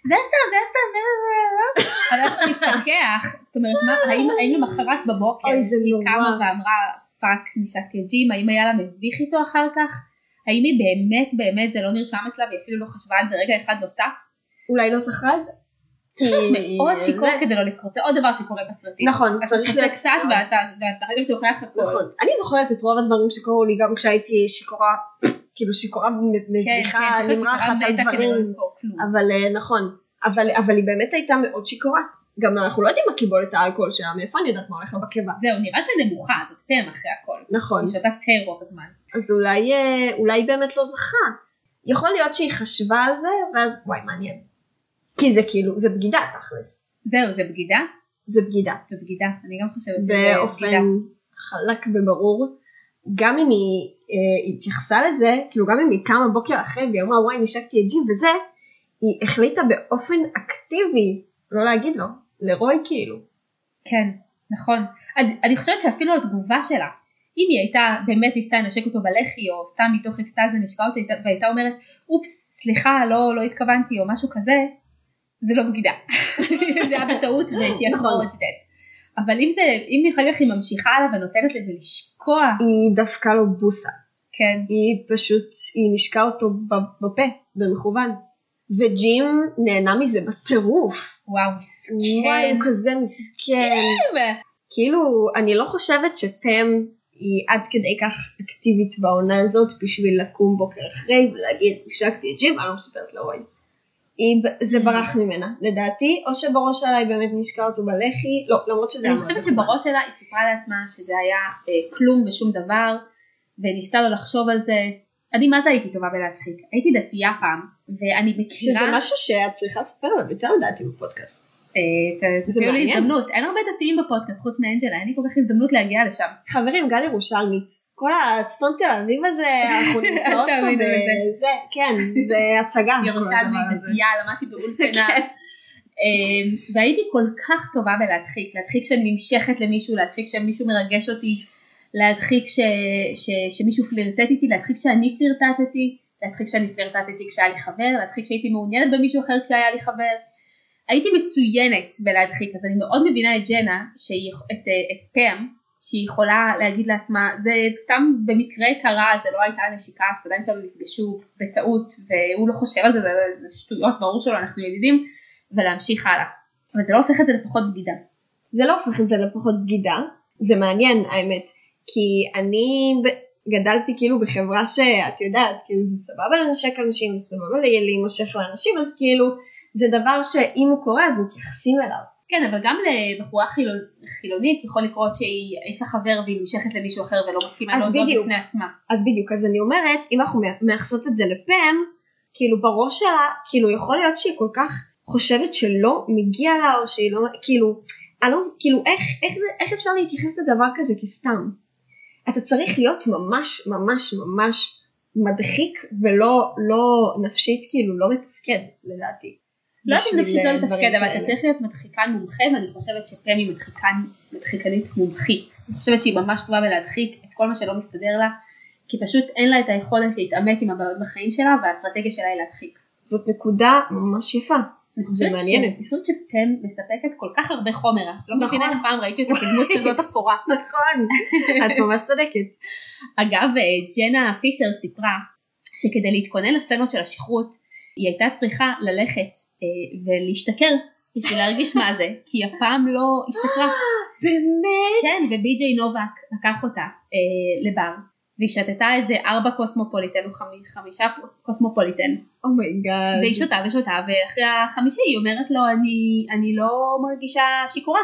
זה היה סתם, זה היה סתם, זה היה סתם", אבל אז אתה מתפכח, זאת אומרת, מה, האם, האם למחרת בבוקר, אוי, זה היא נורא. קמה ואמרה, פאק, נשקתי את ג'ים, האם היה לה מביך איתו אחר כך? האם היא באמת באמת זה לא נרשם אצלה והיא אפילו לא חשבה על זה רגע אחד נוסף? אולי לא זכרה [laughs] את זה. כי... מאוד זה- שיכור כדי לא לזכור, זה עוד דבר שקורה בסרטים. נכון, אתה צריך שותה להיות- קצת ואתה ואתה רגע שוכח הכל. נכון. אני זוכרת את רוב הדברים שקרו לי גם כשהייתי שיכורה, כאילו שיכורה כן, מביכה, כן, צריך להיות נמרחת שחררת על דאטה כדי לא דברים. לזכור כלום. אבל אה, נכון, אבל, אבל היא באמת הייתה מאוד שיכורה. גם אנחנו לא יודעים מה קיבולת האלכוהול שלה, מאיפה אני יודעת מה הולך לה בקיבה. זהו, נראה שנמוכה, זאת פם אחרי הכל. נכון, היא שותה תה רוב הזמן. אז אולי, אה, אולי היא באמת לא זכה. יכול להיות שהיא חשבה על זה, ואז וואי מעניין. כי זה כאילו, זה בגידה תכלס. זהו, זה בגידה? זה בגידה. זה בגידה. אני גם חושבת שזה בגידה. באופן חלק וברור. גם אם היא אה, התייחסה לזה, כאילו גם אם היא קמה בוקר אחרי והיא אמרה וואי נשקתי את ג'ים וזה, היא החליטה באופן אקטיבי לא להגיד לו, לרוי כאילו. כן, נכון. אני, אני חושבת שאפילו התגובה שלה, אם היא הייתה באמת ניסתה לנשק אותו בלחי, או סתם מתוך אקסטזה נשקה אותו והייתה אומרת, אופס, סליחה, לא, לא התכוונתי, או משהו כזה, זה לא בגידה. [laughs] זה היה [laughs] בטעות נכון. ושיהיה פורוורד אבל אם, זה, אם אחר כך היא ממשיכה עליו ונותנת לזה לשקוע, היא דפקה לו בוסה. כן. היא פשוט, היא נשקה אותו בפה, במכוון. וג'ים נהנה מזה בטירוף. וואו, מסכן. כן. וואי, הוא כזה מסכן. ג'ים! כאילו, אני לא חושבת שפם היא עד כדי כך אקטיבית בעונה הזאת בשביל לקום בוקר אחרי ולהגיד, השקתי את ג'ים, אני לא מספרת להוריד. היא- זה כן. ברח ממנה, לדעתי, או שבראש שלה היא באמת נשקע אותו בלחי, לא, למרות שזה... אני היה חושבת מאוד שבראש שלה היא סיפרה לעצמה שזה היה אה, כלום ושום דבר, וניסתה לא לחשוב על זה. אני מה זה הייתי טובה בלהדחיק? הייתי דתייה פעם, ואני מכירה... שזה משהו שאת צריכה לספר עליו יותר לדעתי בפודקאסט. אה, ת- זה תביאו לי מעניין. הזדמנות. אין הרבה דתיים בפודקאסט חוץ מאנג'לה, אין לי כל כך הזדמנות להגיע לשם. חברים, גל ירושלמית. כל הצפון תל אביב [laughs] הזה, אנחנו נמצאות פה תמיד ב- זה, [laughs] כן, זה הצגה. כל ירושלמי, הדבר הזה. דתייה, למדתי באולפנה. [laughs] כן. אה, והייתי כל כך טובה בלהדחיק, להדחיק שאני נמשכת למישהו, להדחיק שמישהו מרגש אותי, להדחיק ש, ש, שמישהו פלירטט איתי, להדחיק שאני פלירטטתי, להדחיק שאני פלירטטתי כשהיה לי חבר, להדחיק שהייתי מעוניינת במישהו אחר כשהיה לי חבר. הייתי מצוינת בלהדחיק, אז אני מאוד מבינה את ג'נה, שהיא, את, אה, את פאם, שהיא יכולה להגיד לעצמה, זה סתם במקרה קרה, זה לא הייתה נשיקה, הסטודנטים שלנו נפגשו בטעות, והוא לא חושב על זה, זה- זה שטויות, ברור שלא, אנחנו ידידים, ולהמשיך הלאה. אבל זה לא הופך את זה לפחות בגידה. זה לא הופך את זה לפחות בגידה, זה מעניין האמת, כי אני ב- גדלתי כאילו בחברה שאת יודעת, כאילו זה סבבה לנשק אנשים, זה סבבה ל- להימשך לאנשים, אז כאילו זה דבר שאם הוא קורה אז מתייחסים אליו. כן, אבל גם לבחורה חילונ- חילונית יכול לקרות שיש לה חבר והיא נמשכת למישהו אחר ולא מסכימה אז להודות בדיוק. בפני עצמה. אז בדיוק, אז אני אומרת, אם אנחנו מייחסות את זה לפם, כאילו בראש שלה, כאילו יכול להיות שהיא כל כך חושבת שלא מגיע לה, או שהיא לא, כאילו, אני לא, כאילו איך, איך, זה, איך אפשר להתייחס לדבר כזה כסתם? אתה צריך להיות ממש ממש ממש מדחיק ולא לא נפשית, כאילו לא מתפקד לדעתי. לא יודעת אם בשביל, נפשית לא אה, לתפקד, דברים אבל כאלה. אתה צריך להיות מדחיקן מומחה, ואני חושבת שפם היא מדחיקן, מדחיקנית מומחית. אני חושבת שהיא ממש טובה בלהדחיק את כל מה שלא מסתדר לה, כי פשוט אין לה את היכולת להתעמת עם הבעיות בחיים שלה, והאסטרטגיה שלה היא להדחיק. זאת נקודה [laughs] ממש יפה. אני חושבת ש- מעניין. אני חושבת שפם מספקת כל כך הרבה חומר, לא נכון. מבינה איך פעם ראיתי אותה [laughs] כדמות כזאת אפורה. נכון, את ממש [laughs] צודקת. אגב, אה, ג'נה פישר סיפרה שכדי להתכונן לסצנות של השכרות, היא הייתה צריכה ללכת אה, ולהשתכר בשביל להרגיש מה זה, כי היא אף פעם לא השתכרה. באמת? כן, ובי.ג'יי נובק לקח אותה אה, לבר, והיא שתתה איזה ארבע קוסמופוליטן או חמי- חמישה קוסמופוליטן, Oh אומייגאד. והיא שותה ושותה, ואחרי החמישי היא אומרת לו, אני, אני לא מרגישה שיכורה.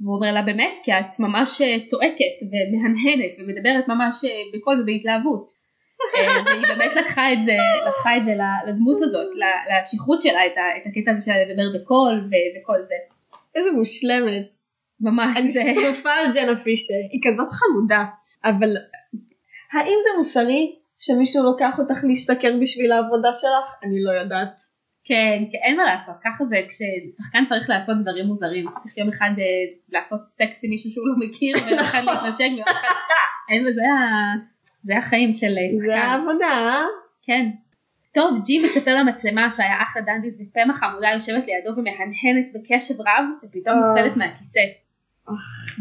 והוא אומר לה, באמת? כי את ממש אה, צועקת ומהנהנת ומדברת ממש אה, בקול ובהתלהבות. אה, והיא באמת לקחה את זה, לקחה את זה ל- לדמות הזאת, ל- לשכרות שלה, את ה- את הקטע הזה של לדבר בקול ו- וכל זה. איזה מושלמת. ממש זה... אני שרופה על ג'נה פישר, היא כזאת חמודה, אבל האם זה מוסרי שמישהו לוקח אותך להשתכר בשביל העבודה שלך? אני לא יודעת. כן, כן, אין מה לעשות, ככה זה כששחקן צריך לעשות דברים מוזרים, צריך יום אחד אה, לעשות סקס עם מישהו שהוא לא [laughs] מכיר, ויום אחד להתנשק, ויום אחד... אין, וזה ה- זה החיים של אה, זה שחקן, העבודה, אה? כן. טוב, ג'י מספר למצלמה שהיה אחלה דנדיס ופם החמודה יושבת לידו ומהנהנת בקשב רב, ופתאום אה. נופלת מהכיסא.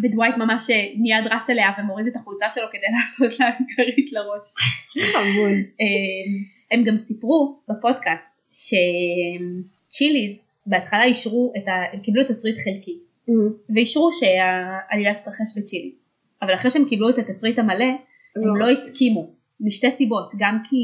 ודווייט ממש אה, מיד רץ אליה ומוריד את החולצה שלו כדי [laughs] לעשות לה כרית לראש. חמוד. אה, הם גם סיפרו בפודקאסט שצ'יליז בהתחלה אישרו את ה... הם קיבלו תסריט חלקי אמ, ואישרו שהעלילה תתרחש בצ'יליז אבל אחרי שהם קיבלו את התסריט המלא הם לא הסכימו משתי סיבות גם כי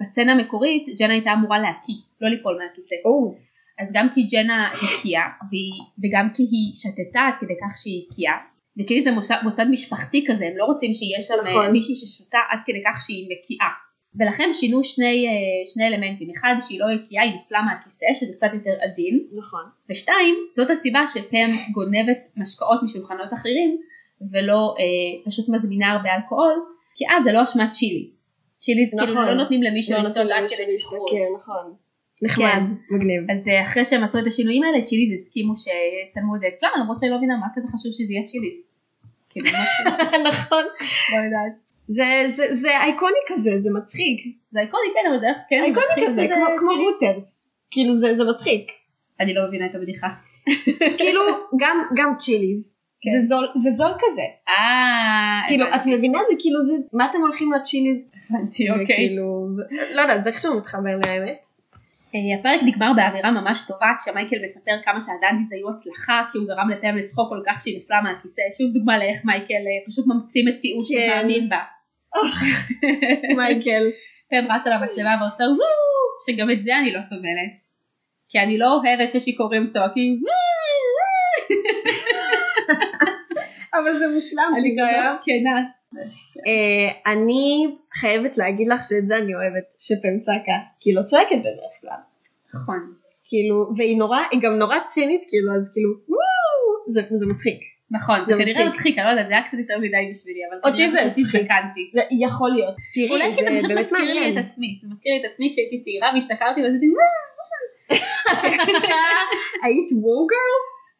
בסצנה המקורית ג'נה הייתה אמורה להקיא לא ליפול מהכיסא או, אז גם כי ג'נה הקיאה והיא- וגם כי היא שתתה עד כדי כך שהיא הקיאה וצ'יליז זה מוסד, מוסד משפחתי כזה הם לא רוצים שיהיה שם נכון. נכון. מישהי ששותה עד כדי כך שהיא מקיאה ולכן שינו שני, אה, שני אלמנטים אחד שהיא לא הקיאה היא נפלה מהכיסא שזה קצת יותר עדין נכון. ושתיים זאת הסיבה שפם גונבת משקאות משולחנות אחרים ולא אה, פשוט מזמינה הרבה אלכוהול כי אז זה לא אשמת צ'ילי צ'ילי זה נכון. כאילו לא נותנים למישהו לא לשתות נותנים עד למישהו כדי כן. שכרות להשתכר, נכון. נחמד, מגניב. [laughs] אז אה, אחרי שהם עשו את השינויים האלה, צ'יליז הסכימו שיצלמו את זה אצלם, למרות שאני לא מבינה מה כזה חשוב שזה יהיה צ'יליז. כאילו, משהו נכון. לא יודעת. זה- זה- זה איקוני כזה, זה מצחיק. זה איקוני כן, אבל זה איך כן, זה איקוני מצחיק כזה, שזה כמו- כמו צ'ילי. רוטרס. כאילו זה זה [laughs] מצחיק. אני לא מבינה את הבדיחה. כאילו גם- גם צ'יליז. כן. זה זול- זה זול כזה. אה, כאילו את הבנתי, מבינה זה כאילו זה מה אתם הולכים לצ'יליז. הבנתי, כאילו, אוקיי. וכאילו, לא יודעת זה איכשהו מתחבר לי [laughs] האמת. אה, הפרק נגמר באווירה ממש טובה כשמייקל מספר כמה שהדנדיז היו הצלחה כי הוא גרם לפעם לצחוק כל כך שהיא נפלה מהכיסא. שוב דוגמה לאיך מייקל אה, פשוט ממציא מציאות שהוא כן. מאמין בה. מייקל. פם רץ על המצלמה ועושה וואו, שגם את זה אני לא סובלת. כי אני לא אוהבת ששיכורים צועקים וואו, אבל זה מושלם. אני לא כי זה היה- כזאת כנה. אה, אני חייבת להגיד לך שאת זה אני אוהבת, שפן צעקה, כי היא לא צועקת בדרך כלל. נכון, כאילו, והיא נורא, היא גם נורא צינית, כאילו, אז כאילו, וואו, זה, זה מצחיק. נכון, זה זה כנראה מצחיק. מצחיק, אני לא יודעת, זה היה קצת יותר מדי בשבילי, אבל אותי כנראה זה פשוט הצחיק. הזדקנתי. זה יכול להיות. תראי, אולי שזה פשוט באמת מזכיר לי מעניין. את עצמי, זה מזכיר לי את עצמי כשהייתי צעירה והשתכרתי ואז הייתי [laughs] היית ווגר?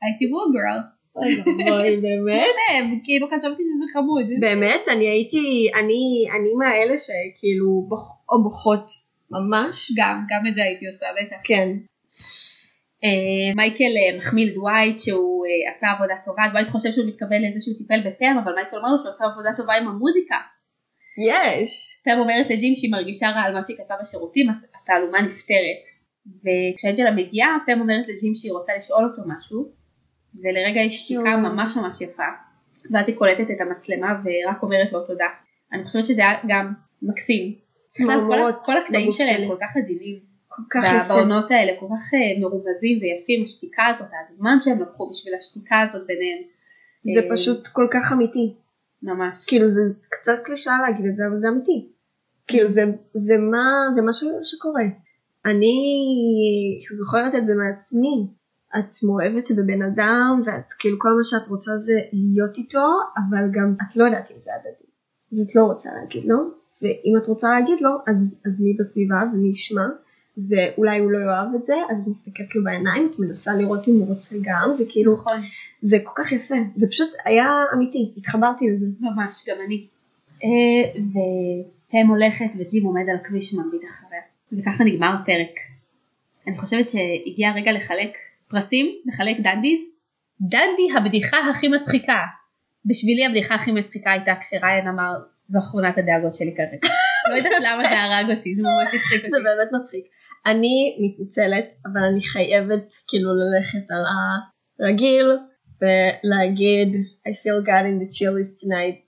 הייתי וו גרל, אוי, באמת? פם, כאילו חשבתי שזה חמוד. באמת, אני הייתי, אני, אני מהאלה שכאילו, בוח, או בוכות ממש. גם, גם את זה הייתי עושה, בטח. כן. אה, מייקל אה, מחמיא לדווייט שהוא אה, עשה עבודה טובה, דווייט חושב שהוא מתכוון לזה שהוא טיפל בפם, אבל מייקל אומר לו שהוא עשה עבודה טובה עם המוזיקה. יש. פם אומרת לג'ים שהיא מרגישה רע על מה שהיא כתבה בשירותים, אז התעלומה נפתרת. וכשאנג'לה מגיעה, פם אומרת לג'ים שהיא רוצה לשאול אותו משהו, ולרגע יש שתיקה יואו. ממש ממש יפה, ואז היא קולטת את המצלמה ורק אומרת לו תודה. אני חושבת שזה היה גם מקסים. בכלל, כל ה- צמרמורות. כל הקטעים בגוף שלהם שלי. כל כך עדינים, כל כך בה- יפה. בעונות האלה כל כך אה, מרומזים ויפים, השתיקה הזאת, הזמן שהם לקחו בשביל השתיקה הזאת ביניהם, זה אה, פשוט כל כך אמיתי. ממש. כאילו זה קצת קלישאה להגיד את זה, אבל זה אמיתי. כאילו זה, זה מה, זה מה ש- שקורה. אני זוכרת את זה מעצמי. את מאוהבת בבן אדם, ואת כאילו כל מה שאת רוצה זה להיות איתו, אבל גם את לא יודעת אם זה הדדי. אז את לא רוצה להגיד לו, ואם את רוצה להגיד לו, אז, אז מי בסביבה ומי ישמע, ואולי הוא לא יאהב את זה, אז מסתכלת לו בעיניים, את מנסה לראות אם הוא רוצה גם, זה כאילו, נכון. זה כל כך יפה. זה פשוט היה אמיתי, התחברתי לזה. ממש, גם אני. אה, ופם הולכת וג'ים עומד על הכביש מביט אחריה. וככה נגמר הפרק. אני חושבת שהגיע הרגע לחלק פרסים, לחלק דנדיז. דנדי הבדיחה הכי מצחיקה. בשבילי הבדיחה הכי מצחיקה הייתה כשריין אמר זו אחרונת הדאגות שלי [laughs] כרגע. לא יודעת למה זה הרג אותי, זה ממש הצחיק זה אותי. באמת מצחיק. אני מתנצלת, אבל אני חייבת כאילו ללכת על הרגיל ולהגיד I feel God in the chillies [laughs] tonight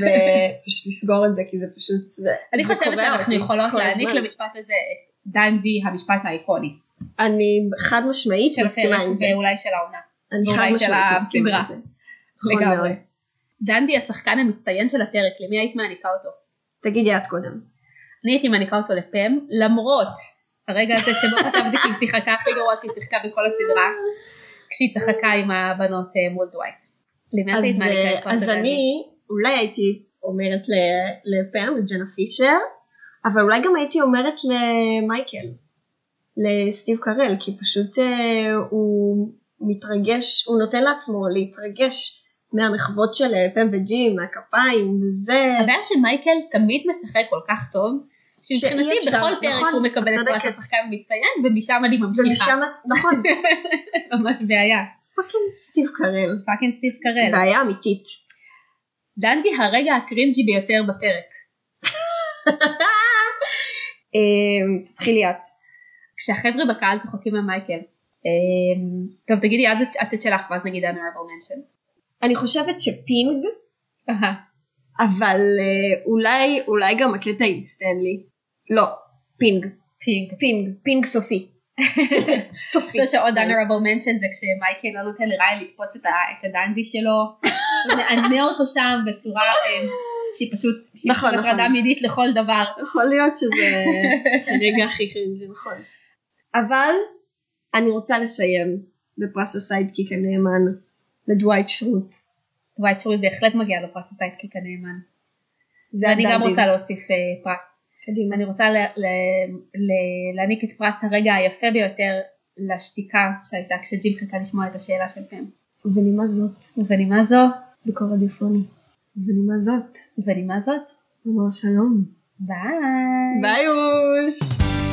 ופשוט לסגור את זה כי זה פשוט... זה- אני זה חושבת קורע שאנחנו אותי יכולות כל להעניק הזמן. למשפט הזה את דנדי המשפט האיקוני. אני חד משמעית של מסכימה עם הפרק זה. ואולי של העונה. אני חד ואולי של משמעית מסכימה עם הסדרה. זה. נכון לגמרי. מאוד. דנדי השחקן המצטיין של הפרק, למי היית מעניקה אותו? תגידי את קודם. אני הייתי מעניקה אותו לפם, למרות הרגע הזה [laughs] שבו חשבתי שהיא שיחקה הכי גרוע שהיא שיחקה בכל הסדרה, כשהיא צחקה עם הבנות אה, מול דווייט. למי את היית אז, מעניקה את אה, פרס אז הדני? אני אולי הייתי אומרת ל- לפם, לג'נה פישר, אבל אולי גם הייתי אומרת למייקל, לסטיב קרל, כי פשוט אה, הוא מתרגש, הוא נותן לעצמו להתרגש מהמחוות של אה, פם וג'ים, מהכפיים, וזה... הבעיה שמייקל תמיד משחק כל כך טוב, שמבחינתי שאי אפשר, בכל פרק נכון, הוא מקבל את את פרס צודקת. השחקן המצטיין, ומשם אני ממשיכה. ומשם, את- נכון, [laughs] [laughs] ממש בעיה. פאקינג סטיב קרל, פאקינג סטיב קרל. בעיה אמיתית. דנדי הרגע הקרינג'י ביותר בפרק. אה, תתחילי את. כשהחבר'ה בקהל צוחקים על מייקל. אמ, טוב תגידי אז את- את את שלך ואז נגיד honorable mention. אני חושבת שפינג, אהה. אבל אה, אולי, אולי גם הקטע עם סטנלי. לא, פינג. פינג. פינג, פינג סופי. [laughs] סופי. אני חושבת שעוד honorable mention זה כשמייקל לא נותן לריין לתפוס את ה- את הדנדי [laughs] שלו, הוא מענה אותו שם בצורה אמ, שהיא פשוט, שהיא נכון, פשוט נכון. הטרדה מינית לכל דבר. יכול להיות שזה הרגע הכי קרינג'י, נכון. אבל אני רוצה לסיים בפרס הסיידקיק הנאמן לדווייט שרוט. דווייט שורי בהחלט מגיע לו פרס הסיידקיק הנאמן. זה אני גם הדאדיז. רוצה להוסיף אה, פרס. קדימה. אני רוצה ל- ל- ל- להעניק את פרס הרגע היפה ביותר לשתיקה שהייתה כשג'ים חיכה לשמוע את השאלה של פם. ובנימה זאת, ובנימה זו, בקור רדיופוני. ובנימה זאת, ובנימה זאת, נאמר שלום. ביי. ביי אוש!